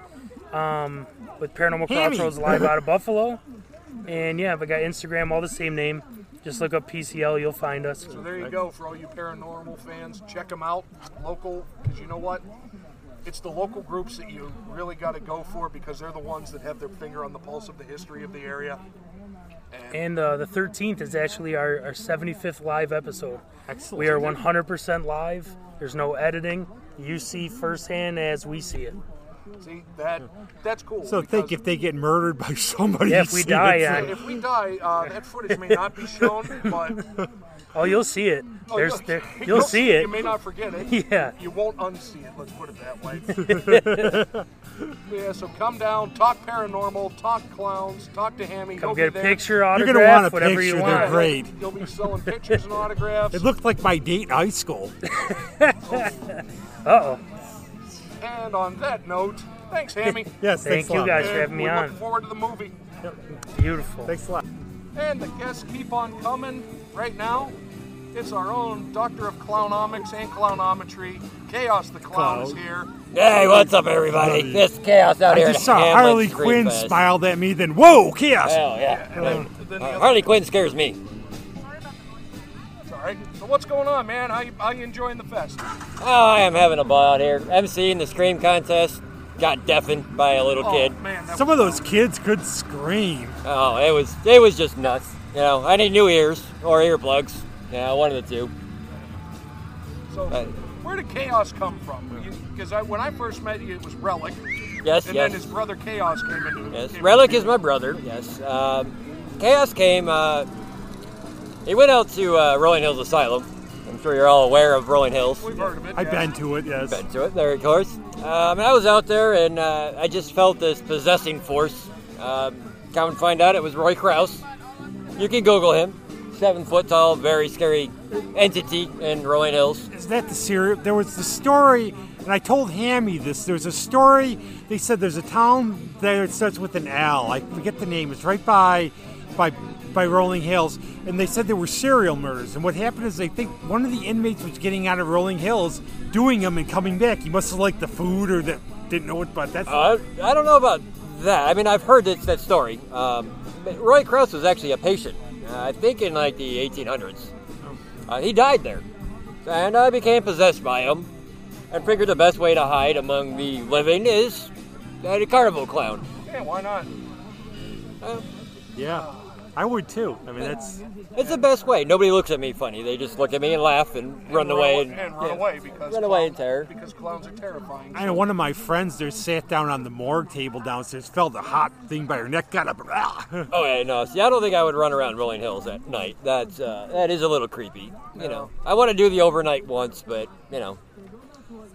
S6: um, with Paranormal
S2: Hammy. <laughs>
S6: Crossroads Live out of Buffalo. And yeah, I've got Instagram, all the same name. Just look up PCL, you'll find us.
S3: So there you go for all you paranormal fans. Check them out, local, because you know what? It's the local groups that you really got to go for because they're the ones that have their finger on the pulse of the history of the area.
S6: And uh, the 13th is actually our, our 75th live episode.
S2: Excellent.
S6: We are 100% live. There's no editing. You see firsthand as we see it.
S3: See that? That's cool.
S2: So think if
S3: because
S2: they get murdered by <laughs> somebody.
S6: Yeah, if
S2: you
S6: we
S2: see,
S6: die,
S2: it's
S6: yeah.
S2: like-
S3: if we die, uh, that footage may not be shown, but
S6: <laughs> Oh, you'll see it.
S3: oh,
S6: There's
S3: <laughs>
S6: there, you'll see it.
S3: You may not forget it.
S6: <laughs> Yeah.
S3: You won't unsee it. Let's put it that way.
S6: <laughs>
S3: yeah. So come down, talk paranormal, talk clowns, talk to Hammy.
S6: Come
S3: He'll
S6: get a
S3: be there.
S6: picture,
S2: You're gonna
S6: autograph,
S2: want a
S6: whatever
S2: picture.
S6: you
S2: They're
S6: want.
S2: great.
S3: You'll be selling pictures and autographs.
S2: It looked like my date in high
S6: <laughs>
S2: school.
S6: Uh-oh.
S3: And on that note, thanks, Hammy.
S2: Yes, <laughs>
S6: Thank
S2: thanks a
S6: you
S2: lot.
S6: guys
S3: And
S6: for having me
S3: we're
S6: on.
S3: Looking forward to the movie.
S6: Beautiful.
S2: Thanks a lot.
S3: And the guests keep on coming. Right now, it's our own Doctor of Clownomics and Clownometry. Chaos the Clown is
S2: Clown.
S3: here.
S7: Hey, what's up, everybody? This is chaos out
S2: I
S7: here.
S2: just
S7: at
S2: saw
S7: Hamlet
S2: Harley
S7: Street
S2: Quinn
S7: Fest.
S2: smiled at me. Then whoa, chaos!
S7: Hell yeah!
S3: And then the
S7: Uh,
S3: other-
S7: Harley Quinn scares me.
S3: It's all right. So what's going on, man? How you, how you enjoying the fest?
S7: Oh, I am having a ball out here. emceeing the scream contest. Got deafened by a little kid.
S3: Oh, man. That
S2: Some
S3: was-
S2: of those kids could scream.
S7: Oh, it was it was just nuts. You know, I need new ears or earplugs. Yeah, one of the two.
S3: so,
S7: uh,
S3: where did Chaos come from? Because I, when I first met you, it was Relic.
S7: Yes,
S3: And
S7: yes.
S3: then his brother Chaos came into
S7: Yes,
S3: came
S7: Relic
S3: into-
S7: is my brother. Yes, um, Chaos came. Uh, he went out to uh, Rolling Hills Asylum. I'm sure you're all aware of Rolling Hills.
S3: We've heard of it.
S2: I've
S3: yes.
S2: been to it. Yes.
S7: Back to it there, of course. Um, and I was out there, and uh, I just felt this possessing force. Um, come and find out, it was Roy Krause. You can Google him. Seven foot tall, very scary entity in Rolling Hills.
S2: Is that the serial? There was the story, and I told Hammy this. There's a story. They said there's a town there. It starts with an L. I forget the name. It's right by, by, by Rolling Hills. And they said there were serial murders. And what happened is they think one of the inmates was getting out of Rolling Hills, doing them, and coming back. He must have liked the food or that didn't know it. But that's
S7: Uh, I don't know about that. I mean, I've heard that, that story. Um, but Roy Krause was actually a patient, uh, I think in like the 1800s. Uh, he died there. And I became possessed by him and figured the best way to hide among the living is at a carnival clown.
S3: Yeah, why not?
S2: yeah. I would too. I mean, that's
S7: It's the best way. Nobody looks at me funny. They just look at me and laugh and run away.
S3: and, run
S7: yeah.
S3: away because
S7: Run away
S3: clown-
S7: in terror.
S3: because clowns are terrifying.
S2: I know one of my friends there sat down on the morgue table downstairs, felt a hot thing by her neck, got up. <laughs> "Ah."
S7: Oh yeah, no. See, I don't think I would run around rolling hills at night. That's uh, that is a little creepy. You know, I want to do the overnight once, but you know,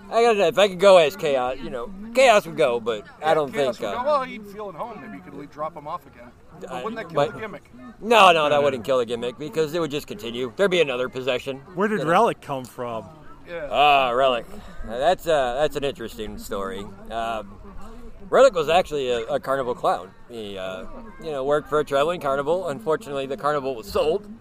S7: I gotta. If I could go as chaos, you know, chaos would go, but I don't
S3: Chaos
S7: think.
S3: would go,
S7: Uh,
S3: well, you'd feel at home. Maybe you could leave, drop them off again. But
S7: I-
S3: wouldn't that kill
S7: but-
S3: the gimmick?
S7: no, no, that wouldn't kill the gimmick because it would just continue. There'd be another possession.
S2: Where did relic come from?
S3: Yeah.
S7: Ah, Relic. Now, That's uh, that's an interesting story. Um, Relic was actually a, a carnival clown. He, uh, you know, worked for a traveling carnival. Unfortunately, the carnival was sold.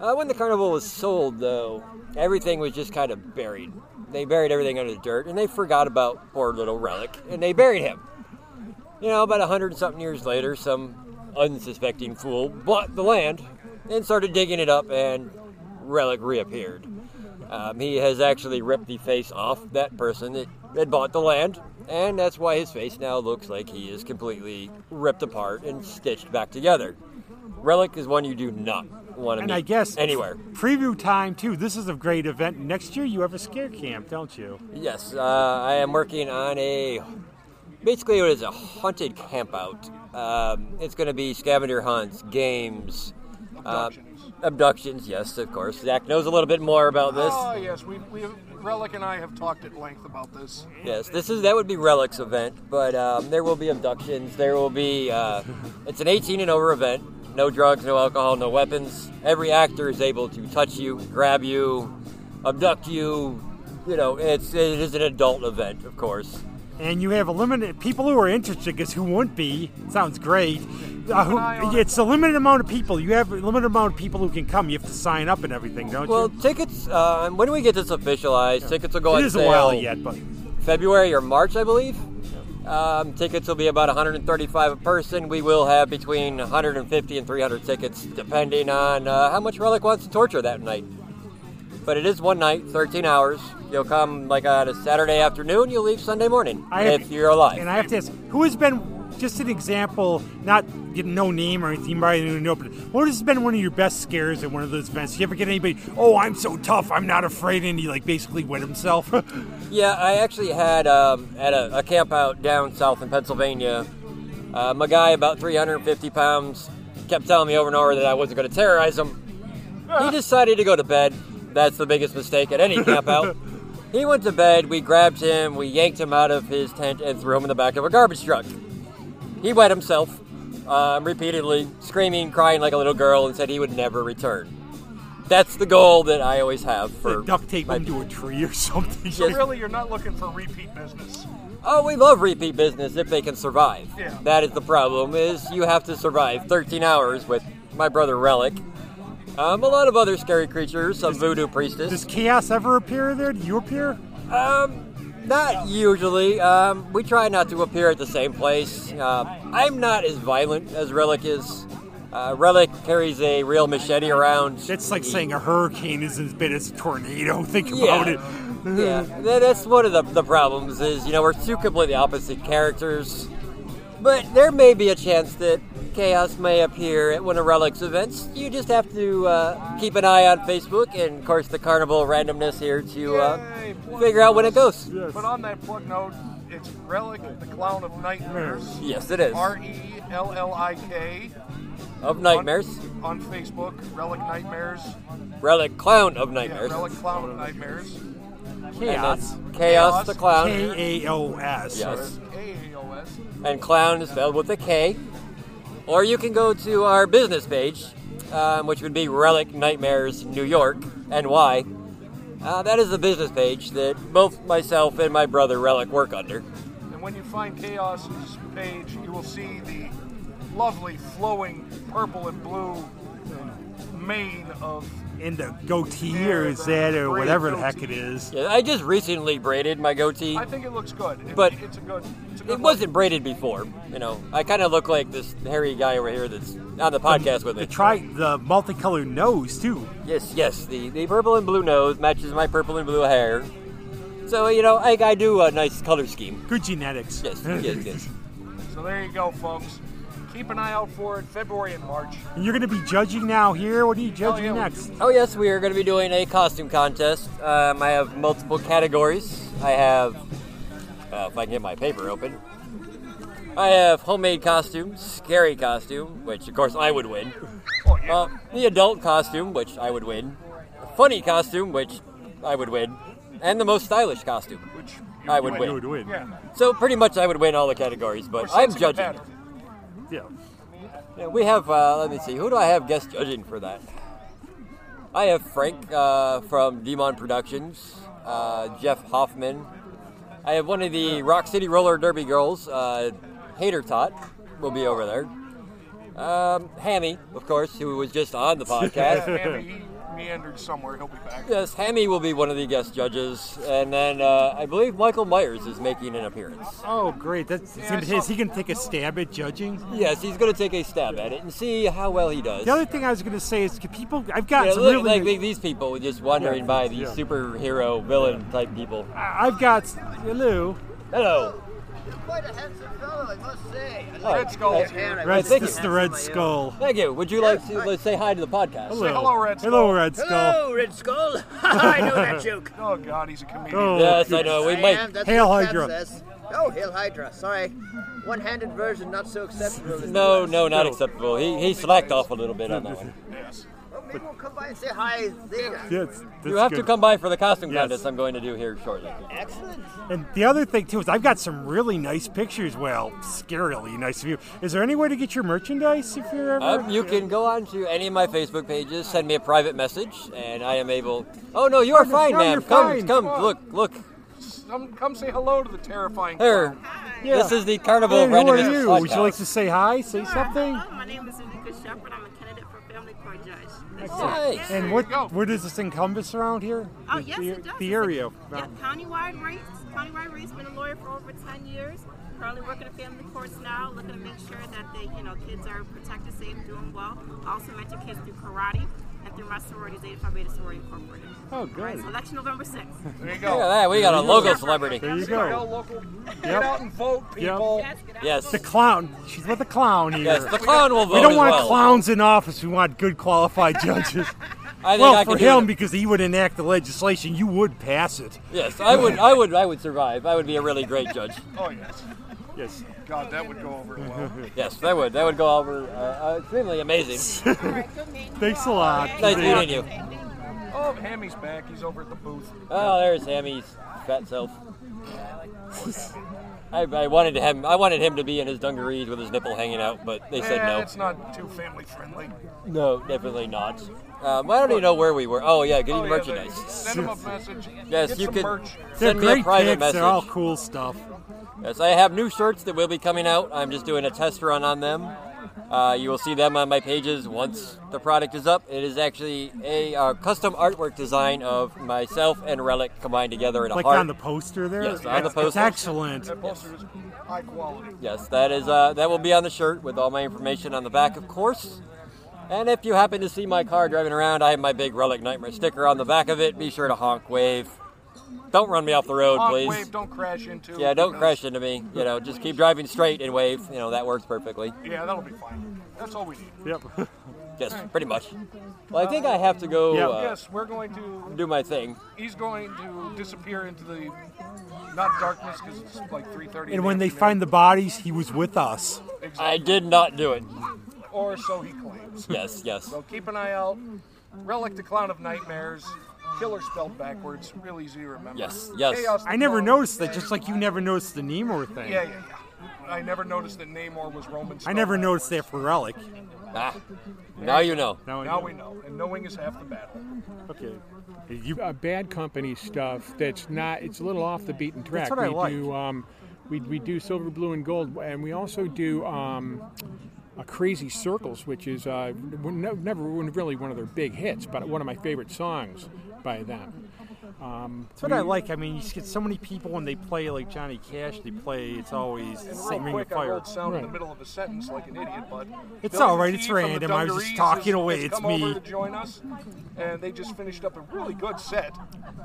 S7: Uh, when the carnival was sold, though, everything was just kind of buried. They buried everything under the dirt, and they forgot about poor little Relic, and they buried him. You know, about a hundred and something years later, some unsuspecting fool bought the land and started digging it up, and Relic reappeared. Um, he has actually ripped the face off that person that had bought the land, and that's why his face now looks like he is completely ripped apart and stitched back together. Relic is one you do not want to
S2: And
S7: meet
S2: I guess
S7: anywhere.
S2: Preview time too. This is a great event. Next year you have a scare camp, don't you?
S7: Yes, uh, I am working on a basically it is a haunted campout. Um, it's going to be scavenger hunts, games, abductions. abductions. Yes, of course. Zach knows a little bit more about this.
S3: Oh yes, we, we Relic and I have talked at length about this.
S7: Yes, this is that would be relics event, but um, there will be abductions. There will be uh, it's an 18 and over event. No drugs, no alcohol, no weapons. Every actor is able to touch you, grab you, abduct you. You know, it's it is an adult event, of course.
S2: And you have a limited people who are interested because who wouldn't be? Sounds great. Uh, who, it's a limited amount of people. You have a limited amount of people who can come. You have to sign up and everything, don't
S7: Well,
S2: you?
S7: tickets. Um, when do we get this officialized? Tickets will go on
S2: it is
S7: sale
S2: a while yet, but
S7: February or March, I believe. Um, tickets will be about 135 a person. We will have between 150 and 300 tickets, depending on uh, how much Relic wants to torture that night. But it is one night, 13 hours. You'll come like on a Saturday afternoon. You'll leave Sunday morning
S2: I have-
S7: if you're alive.
S2: And I have to ask, who has been just an example? Not getting no name or anything, by know, but what has been one of your best scares at one of those events? You ever get anybody? Oh, I'm so tough. I'm not afraid, and he like basically went himself. <laughs>
S7: Yeah, I actually had um, at a, a camp out down south in Pennsylvania. Um, a guy about 350 pounds kept telling me over and over that I wasn't going to terrorize him.
S2: Ah.
S7: He decided to go to bed. That's the biggest mistake at any
S2: <laughs>
S7: camp out. He went to bed, we grabbed him, we yanked him out of his tent, and threw him in the back of a garbage truck. He wet himself um, repeatedly, screaming, crying like a little girl, and said he would never return. That's the goal that I always have for
S2: Like, duct tape
S7: my
S2: him to a tree or <laughs> something.
S7: Yes.
S3: Really, you're not looking for repeat business.
S7: Oh, we love repeat business if they can survive.
S3: Yeah.
S7: That is the problem. Is you have to survive 13 hours with my brother Relic. Um, a lot of other scary creatures, some voodoo priestess.
S2: Does chaos ever appear there? Do you appear?
S7: Not usually. Um, we try not to appear at the same place. Uh, I'm not as violent as Relic is. Uh, Relic carries a real machete around.
S2: That's like
S7: He-
S2: saying a hurricane is as big as a tornado. <laughs> Think
S7: Yeah.
S2: about it.
S7: yeah, tha- that's one of the, the problems is, you know, we're two completely opposite characters. But there may be a chance that chaos may appear at one of Relic's events. You just have to uh, keep an eye on Facebook and, of course, the carnival randomness here to
S3: Yay,
S7: uh,
S3: plug
S7: figure out when it goes.
S3: But on that plug note, it's Relic, the Clown of Nightmares.
S7: Yes, it is.
S3: R E L L I K
S7: Of Nightmares.
S3: on Facebook. Relic Nightmares.
S7: Relic Clown of
S3: Yeah,
S7: Nightmares.
S3: Relic Clown of Nightmares.
S7: And
S2: Chaos.
S7: that's Chaos the Clown.
S2: K A O S.
S7: Yes.
S3: A A O S.
S7: and clown is spelled with a K. Or you can go to our business page, um, which would be Relic Nightmares New York, NY. Uh, that is the business page that both myself and my brother Relic work under.
S3: And when you find Chaos's page, you will see the lovely flowing purple and blue mane of.
S2: And the goatee or is that or
S3: Great
S2: whatever the
S3: goatee.
S2: heck it is.
S7: Yeah, I just recently braided my goatee.
S3: I think it looks good. It-
S7: But
S3: it's a good. It's a good
S7: It wasn't braided before, you know. I kind of look like this hairy guy over here that's on the podcast with
S2: The
S7: me.
S2: tri the multicolored nose too.
S7: Yes, yes. The, the purple and blue nose matches my purple and blue hair. So, you know, I, I do a nice color scheme.
S2: Good genetics.
S7: Yes, yes, yes.
S3: look. So there you go, folks. Keep an eye out for it February and March.
S2: <laughs> And you're going to be judging now here. What are you judging
S3: yeah, we
S2: next?
S7: Oh yes, we are going to be doing a costume contest. Um, I have multiple categories. I have, uh, if I can get my paper open, I have homemade costume, scary costume, which of course I would win. Uh, the adult costume, which I would win. Funny costume, which I would win, and the most stylish costume, which I would
S2: You would
S7: win.
S2: win.
S7: So pretty much I would win all the categories, but I'm judging. <laughs>
S2: Yeah.
S7: Yeah, we have. Uh, let me see. Who do I have guest judging for that? I have Frank uh, from Demon Productions, uh, Jeff Hoffman. I have one of the Rock City Roller Derby girls, uh, Hater Tot, will be over there. Um, Hammy, of course, who was
S2: <laughs>
S7: just on the podcast.
S3: Andy meandered somewhere. He'll be back.
S7: yes, Hammy will be one of the guest judges, and then uh, I believe Michael Myers is making an appearance.
S2: Oh, great. That's, is he going to take a stab at judging?
S7: Yes, he's going to take a stab at it and see how well he does.
S2: The other thing I was going to say is could people, I've got
S7: Yeah,
S2: some
S7: look,
S2: really.
S7: like, like these people just wandering
S2: Yeah,
S7: by, these
S2: yeah.
S7: superhero villain type people.
S2: I- I've got. Hello.
S7: Hello.
S8: Quite a handsome fellow, I must say.
S7: Oh,
S8: Red
S3: Skull.
S2: Red,
S7: thank
S2: this is
S7: you.
S2: the Red Skull.
S7: Thank you. Would you like to let's say hi to the podcast?
S2: Hello.
S3: hello, Red
S2: Hello,
S3: Skull.
S2: Red Skull.
S8: Hello, Oh, Red Skull. <laughs> I know that joke.
S3: Oh God, he's a comedian.
S2: Oh,
S7: Yes, I
S2: good.
S7: know. <laughs> We
S8: I am,
S7: might.
S8: that's
S2: Hail
S8: what Sam
S2: Hydra.
S8: says. Oh, Hail Hydra. Sorry. One-handed version, not so acceptable. is
S7: No,
S8: the
S7: no, not
S2: No.
S7: acceptable. He he slacked off a little bit on that one.
S8: worst. Well, Oh, maybe we'll come by and say hi later.
S2: Yeah, it's- that's
S7: You have to
S2: good.
S7: come by for the costume
S2: Yes.
S7: contest I'm going to do here shortly.
S8: Excellent.
S2: And the other thing too is I've got some really nice pictures. Well, scarily nice of you. Is there any way to get your merchandise if you're ever?
S7: Um, you can go on to any of my Facebook pages, send me a private message, and I am able. Oh no, you are
S2: no,
S7: fine,
S2: no,
S7: ma'am.
S2: you're
S7: come,
S2: fine.
S7: come,
S3: Come on.
S7: look, look.
S3: Come, come say hello to the terrifying.
S7: Here,
S2: Yeah.
S7: this is the Carnival
S2: Hey,
S7: of
S2: who are
S7: Randomness
S2: you? Would you like to say hi, say something?
S9: Hello, my name is Anika Shepherd. I'm a candidate for family court judge. This is-
S7: Nice.
S2: And
S3: go.
S2: what where does this encompass around here?
S9: Oh,
S2: the,
S9: yes,
S2: the,
S9: it does.
S2: the area.
S9: Yeah, countywide rates. Countywide rates. Been a lawyer for over 10 years. Currently working in family courts now, looking to make sure that they, you know, kids are protected, safe, doing well. Also mentor kids through karate and through my sororities, Alpha Phi Beta Sorority Incorporated.
S2: Oh,
S9: All right,
S2: good.
S9: so election November
S2: <laughs>
S9: 6th.
S3: There you
S7: Look at
S3: go.
S7: that. We got a logo celebrity.
S2: There you
S3: Go
S2: go.
S3: local. Get out and vote, people.
S9: Yes, good
S7: Yes.
S2: The clown. She's with the clown here.
S7: Yes, the clown will vote.
S2: we don't
S7: as
S2: want
S7: well.
S2: clowns in office. We want good qualified <laughs> judges.
S7: I think
S2: well,
S7: I
S2: for
S7: could do
S2: him
S7: it.
S2: because he would enact the legislation, you would pass it.
S7: Yes, I would. I would. I would survive. I would be a really great judge.
S3: Oh yes.
S2: Yes.
S3: God, that would go over well.
S7: Yes, that would. That would go over uh, uh, extremely amazing.
S9: All right, good meeting you
S2: Thanks a
S9: all.
S2: lot.
S9: Okay.
S7: Nice meeting you.
S3: oh, Hammy's back. He's over at the booth.
S7: Oh, there's Hammy's fat self. <laughs> I, I wanted to have. I wanted him to be in his dungarees with his nipple hanging out, but they said
S3: Eh,
S7: no.
S3: It's not too family friendly.
S7: No, definitely not. Um, I don't even know where we were. Oh yeah, getting
S3: Oh, yeah,
S7: merchandise.
S3: they- Send him a message.
S7: Yes,
S3: Get
S7: you
S3: some
S7: can-
S3: Merch.
S2: They're
S7: Send me a
S2: great
S7: private
S2: picks.
S7: message.
S2: They're all cool stuff.
S7: Yes, I have new shirts that will be coming out. I'm just doing a test run on them. Uh, you will see them on my pages once the product is up. It is actually a uh, custom artwork design of myself and Relic combined together in a
S2: Like
S7: heart.
S2: on the poster there.
S7: Yes, on the
S2: It's
S7: poster.
S2: excellent.
S3: That poster is high quality.
S7: Yes, that is uh, that will be on the shirt with all my information on the back, of course. And if you happen to see my car driving around, I have my big Relic Nightmare sticker on the back of it. Be sure to honk wave. Don't run me off the road,
S3: Honk,
S7: please.
S3: wave, don't crash into.
S7: Yeah, don't
S3: because-
S7: crash into me. You know, just keep driving straight and wave. You know, that works perfectly.
S3: Yeah, that'll be fine. That's all we need.
S2: Yep.
S7: <laughs> Yes, pretty much. Well, I think I have to go
S2: Yeah.
S7: uh,
S3: yes, we're going to.
S7: do my thing.
S3: He's going to disappear into the not darkness because it's like 3:30.
S2: And when they find the bodies, he was with us.
S7: I did not do it.
S3: or so he claims.
S7: Yes,
S3: <laughs>
S7: yes.
S3: So keep an eye out. Relic the Clown of Nightmares. Killer spelled backwards. Real easy to remember.
S7: Yes, yes.
S3: Chaos the
S2: I never
S3: Clown.
S2: noticed that, just like you never noticed the Nemor thing.
S3: Yeah, yeah, yeah. I never noticed that Namor was Roman.
S2: I
S3: spelled
S2: never noticed that
S3: backwards.
S2: for Relic.
S7: Ah, now you know.
S2: Now, I
S3: Now
S2: know.
S3: we know, and knowing is half the battle.
S2: Okay. You,
S10: uh, bad company stuff that's not it's a little off the beaten track
S2: what I
S10: we
S2: like.
S10: do um, we, we do silver blue and gold and we also do um, uh, crazy circles which is uh, w- no- never really one of their big hits but one of my favorite songs by them
S6: Um,
S2: That's what I like. I mean, you just get so many people when they play like Johnny Cash. They play. It's always the
S10: And
S2: same
S10: real
S2: ring of
S10: quick, I
S2: fire.
S10: rolled sound in the middle of a sentence like an idiot, but
S2: It's
S10: Billy
S2: all right,
S10: T
S2: it's
S10: from the
S2: random, I was just
S10: Dungarees
S2: talking
S10: has-
S2: away,
S10: has
S2: it's
S10: come over
S2: me.
S10: to join us, and they just finished up a really good set.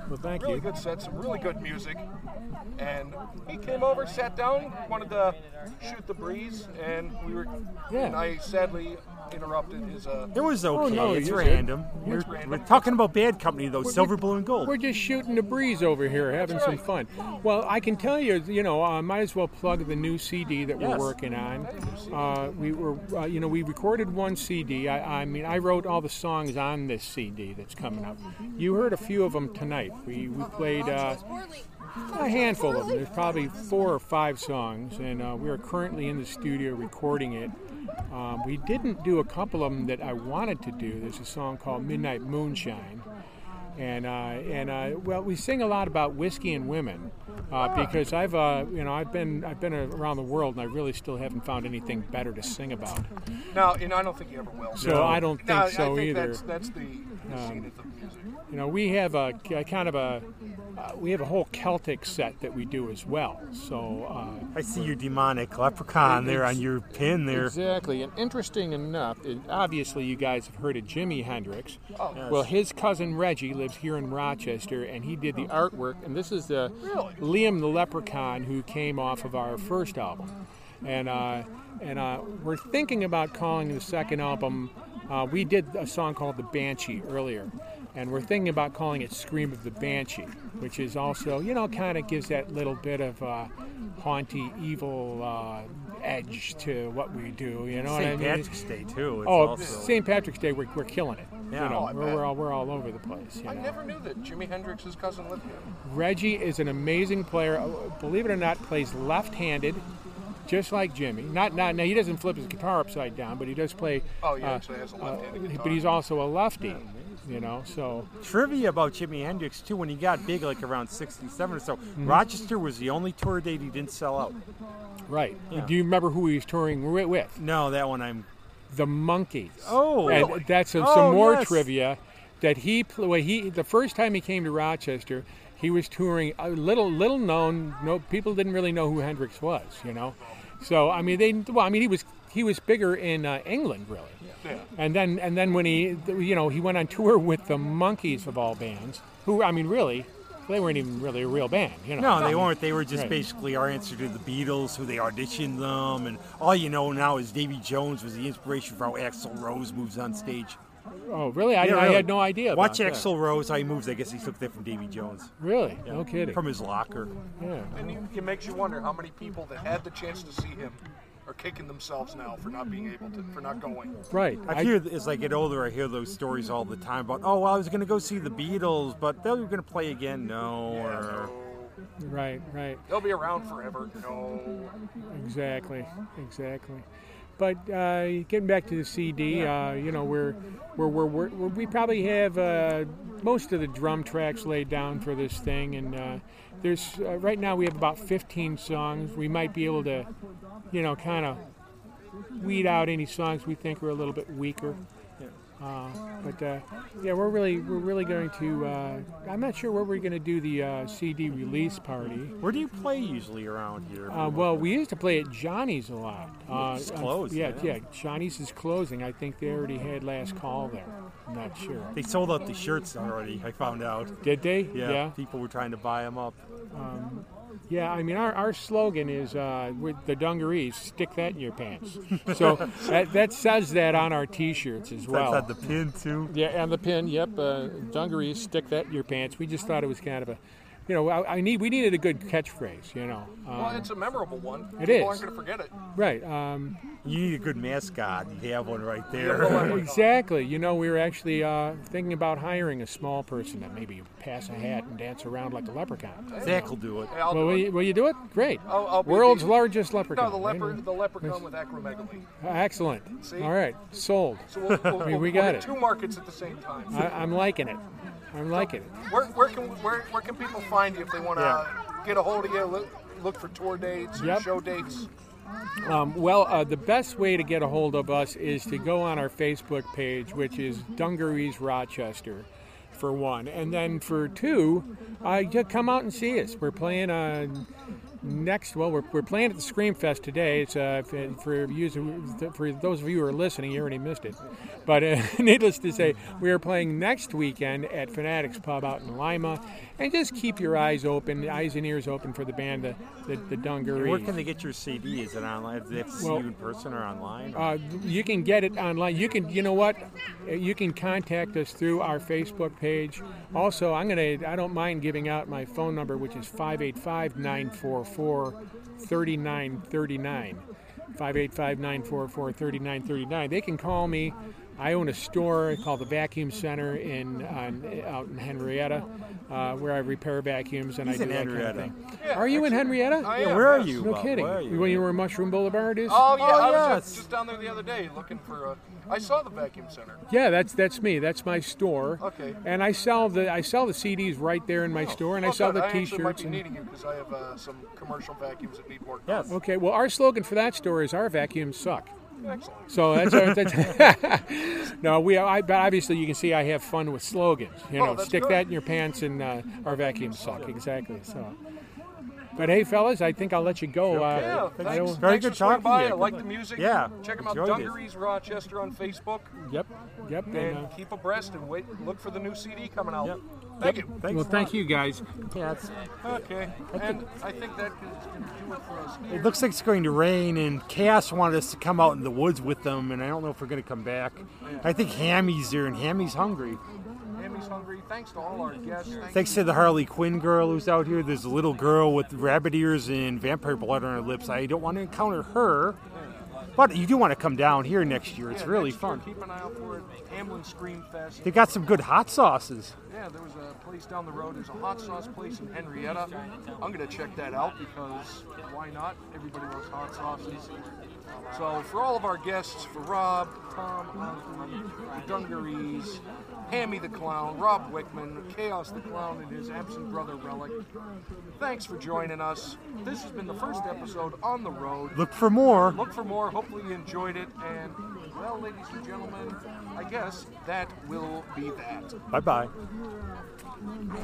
S6: Well, thank
S10: really
S6: you.
S10: good set, some really good music. And he came over, sat down, wanted to shoot the breeze, and we were.
S2: Yeah.
S10: And I sadly interrupted his. Uh,
S2: It was
S7: Oh,
S2: okay.
S6: no,
S2: it's
S6: you did.
S2: random.
S10: It's
S2: We're,
S10: random.
S2: we're talking about bad company though.
S6: We're-
S2: Silver,
S6: we're-
S2: blue, and gold.
S6: We're just shooting the breeze over here, having some fun. Well, I can tell you, you know, I might as well plug the new CD that
S2: Yes.
S6: we're working on. Uh, we were, uh, you know, we recorded one CD. I, I mean, I wrote all the songs on this CD that's coming up. You heard a few of them tonight. We we played. Uh, a handful of them. There's probably four or five songs, and uh, we are currently in the studio recording it. Um, we didn't do a couple of them that I wanted to do. There's a song called Midnight Moonshine, and uh, and uh, well, we sing a lot about whiskey and women uh, because I've uh, you know I've been I've been around the world and I really still haven't found anything better to sing about.
S10: no, and I don't think he ever will.
S6: So I don't think
S10: No, I-
S6: so
S10: I think
S6: either.
S10: That's, that's the, the zenith of music.
S6: You know, we have a, a kind of a uh, we have a whole Celtic set that we do as well. So. Uh,
S2: I see your demonic leprechaun there on your pin there.
S6: Exactly. And interesting enough, and obviously you guys have heard of Jimi Hendrix.
S2: Oh.
S6: Well, his cousin Reggie lives here in Rochester, and he did the artwork. And this is the Liam the Leprechaun who came off of our first album. And uh, and uh, we're thinking about calling the second album. Uh, we did a song called The Banshee earlier, and we're thinking about calling it Scream of the Banshee, which is also, you know, kind of gives that little bit of uh, haunty, evil uh, edge to what we do. You know what I
S2: St.
S6: mean?
S2: Patrick's Day too. It's
S6: Oh,
S2: also-
S6: St. Patrick's Day, we're, we're killing it.
S2: Yeah.
S6: You know,
S2: Oh,
S10: I
S6: we're,
S10: bet.
S6: we're, all, we're all over the place. You
S10: I
S6: know?
S10: never knew that Jimi Hendrix's cousin lived here.
S6: Reggie is an amazing player. Uh, Believe it or not, plays left-handed, just like Jimmy. Not, not now. He doesn't flip his guitar upside down, but he does play.
S10: Oh, yeah,
S6: uh,
S10: actually has a left-handed
S6: uh,
S10: guitar.
S6: But he's also a lefty. You know, so
S2: trivia about Jimi Hendrix too. When he got big, like around '67 or so,
S6: Mm-hmm.
S2: Rochester was the only tour date he didn't sell out.
S6: right.
S2: Yeah.
S6: Do you remember who he was touring wi- with?
S2: No, that one I'm.
S6: The Monkees.
S2: Oh,
S6: and that's some,
S2: Oh,
S6: some more
S2: yes.
S6: trivia that he pl- well, he the first time he came to Rochester, he was touring a little little known. No people didn't really know who Hendrix was, you know. So I mean they well I mean he was he was bigger in uh, England really. Yeah. And then and then when he you know he went on tour with the Monkees of all bands, who I mean really they weren't even really a real band, you know.
S2: No, they weren't. They were just
S6: Right.
S2: basically our answer to the Beatles, who they auditioned them, and all you know now is Davy Jones was the inspiration for how Axl Rose moves on stage.
S6: Oh really? I,
S2: Yeah,
S6: I
S2: really.
S6: had no idea.
S2: Watch
S6: about that.
S2: Axl Rose how he moves. I guess he took that from Davy Jones.
S6: Really? No kidding.
S2: From his locker.
S6: yeah.
S10: And you, it makes you wonder how many people that had the chance to see him are kicking themselves now for not being able to, for not going.
S6: Right.
S2: I, hear as I get older, I hear those stories all the time about, oh, well, I was going to go see the Beatles, but they were going to play again. No. or-
S6: right, right.
S10: They'll be around forever. No.
S6: Exactly, exactly. But uh, getting back to the CD, uh, you know, we're, we're, we're, we're, we're we probably have uh, most of the drum tracks laid down for this thing, and uh, there's uh, right now we have about 15 songs. We might be able to, you know, kind of weed out any songs we think are a little bit weaker. Uh, but uh, yeah, we're really we're really going to. Uh, I'm not sure where we're going to do the uh, CD release party.
S2: Where do you play usually around here?
S6: Uh, well, we used to play at Johnny's a lot. Uh,
S2: It's closed
S6: Yeah,
S2: now.
S6: yeah. Johnny's is closing. I think they already had last call there. I'm not sure.
S2: they sold out the shirts already, I found out.
S6: Did they?
S2: Yeah,
S6: Yeah.
S2: people were trying to buy them up.
S6: Yeah, I mean, our, our slogan is uh, with the dungarees, stick that in your pants. So that, that says that on our t shirts as well.
S2: That's had the pin, too.
S6: Yeah, and the pin. Yep, uh, dungarees. Stick that in your pants. We just thought it was kind of a, you know, I, I need we needed a good catchphrase. You know, uh,
S10: Well, it's a memorable one.
S6: It
S10: people aren't
S6: is.
S10: going to forget it.
S6: right? Um,
S2: You need a good mascot. You have one right there.
S6: Oh, exactly. You know, we were actually uh, thinking about hiring a small person to maybe pass a hat and dance around like a leprechaun.
S2: <laughs> Zach will do it.
S10: Hey, I'll
S6: Well,
S10: do
S6: will
S10: it.
S6: you, will you do it? Great.
S10: I'll- I'll be
S6: World's
S10: the-
S6: largest leprechaun.
S10: No, the
S6: right?
S10: leopard, the leprechaun with acromegaly.
S6: Excellent.
S10: See?
S6: All right, sold.
S10: So we'll, we'll,
S6: mean,
S10: we'll-
S6: we
S10: we'll hit
S6: got it.
S10: Two markets at the same time.
S6: I, I'm liking it. I'm liking it.
S10: Where, where can where, where can people find you if they want to get a hold of you? Look, look for tour dates,
S6: Yep.
S10: show dates.
S6: Um, well, uh, the best way to get a hold of us is to go on our Facebook page, which is Dungarees Rochester.
S7: for one, and then for two, uh, you come out and see us. We're playing uh, next. Well, we're, we're playing at the Scream Fest today. It's uh, for, for you for those of you who are listening, you already missed it. But uh, needless to say, we are playing next weekend at Fanatics Pub out in Lima, and just keep your eyes open, eyes and ears open for the band, the the, the Dungarees.
S2: Where can they get your CD? Is it online? Do they have to see
S7: Well,
S2: you in person or online?
S7: Uh, you can get it online. You can, you know what? Uh, You can contact us through our Facebook page. Also, I'm gonna, I don't mind giving out my phone number, which is 585-944-3939. 585-944-3939. They can call me. I own a store called the Vacuum Center in on, out in Henrietta, uh, where I repair vacuums and
S2: He's
S7: I
S2: in
S7: do that
S2: Henrietta.
S7: kind of thing. are you in Henrietta?
S10: Oh,
S3: I Yeah, am, where are yes.
S2: you,
S7: No
S2: Bob?
S7: kidding.
S2: Where are you?
S7: Well, you know where Mushroom Boulevard is?
S3: Oh yeah, I was
S2: yes.
S3: just, just down there the other day looking for a. I saw the vacuum center.
S7: Yeah, that's that's me. That's my store.
S3: Okay.
S7: And I sell the I sell the CDs right there in my store, and I
S3: Oh,
S7: sell
S3: good.
S7: the
S3: I actually might
S7: T-shirts.
S3: be
S7: and-
S3: needing you because I have uh, some commercial vacuums that need work.
S2: Yes.
S7: okay. Well, our slogan for that store is "Our vacuums suck."
S3: Excellent.
S7: So that's, our, that's <laughs> no. We I but obviously you can see I have fun with slogans. You
S3: Oh,
S7: know,
S3: that's
S7: stick
S3: good.
S7: that in your pants, and uh, our vacuums suck. Exactly. So. But hey, fellas, I think I'll let you go.
S3: Yeah,
S7: Uh, I
S3: thanks.
S7: don't-
S2: Very
S3: thanks
S2: good
S3: for swinging
S2: talking
S3: by.
S2: to you.
S3: I like the music.
S2: Yeah,
S3: Check them out,
S2: enjoyed it.
S3: Dungarees Rochester on Facebook,
S7: Yep. Yep. and,
S3: and
S7: uh,
S3: keep abreast and wait. Look for the new CD coming out.
S2: Yep.
S3: Thank you.
S2: Thanks.
S7: well, thank you guys.
S3: Okay, and I think that could do it for us here.
S2: It looks like it's going to rain, and Chaos wanted us to come out in the woods with them, and I don't know if we're going to come back. I think Hammy's here, and Hammy's hungry.
S3: Hammy's hungry. Thanks to all our guests. Thank
S2: Thanks to the Harley Quinn girl who's out here. There's a little girl with rabbit ears and vampire blood on her lips. I don't want to encounter her, but you do want to come down here next year. It's
S3: Yeah,
S2: really
S3: next year,
S2: fun.
S3: Keep an eye out for it. Hamlin Scream Fest.
S2: They got some good hot sauces.
S3: Yeah, there was a place down the road. There's a hot sauce place in Henrietta. I'm gonna check that out because why not? Everybody loves hot sauces. So for all of our guests, for Rob, Tom, Andre, the Dungarees, Hammy the Clown, Rob Wickman, Chaos the Clown, and his absent brother Relic. Thanks for joining us. This has been the first episode on the road.
S2: Look for more.
S3: Look for more. Hopefully, you enjoyed it. And, well, ladies and gentlemen, I guess that will be that.
S2: Bye bye.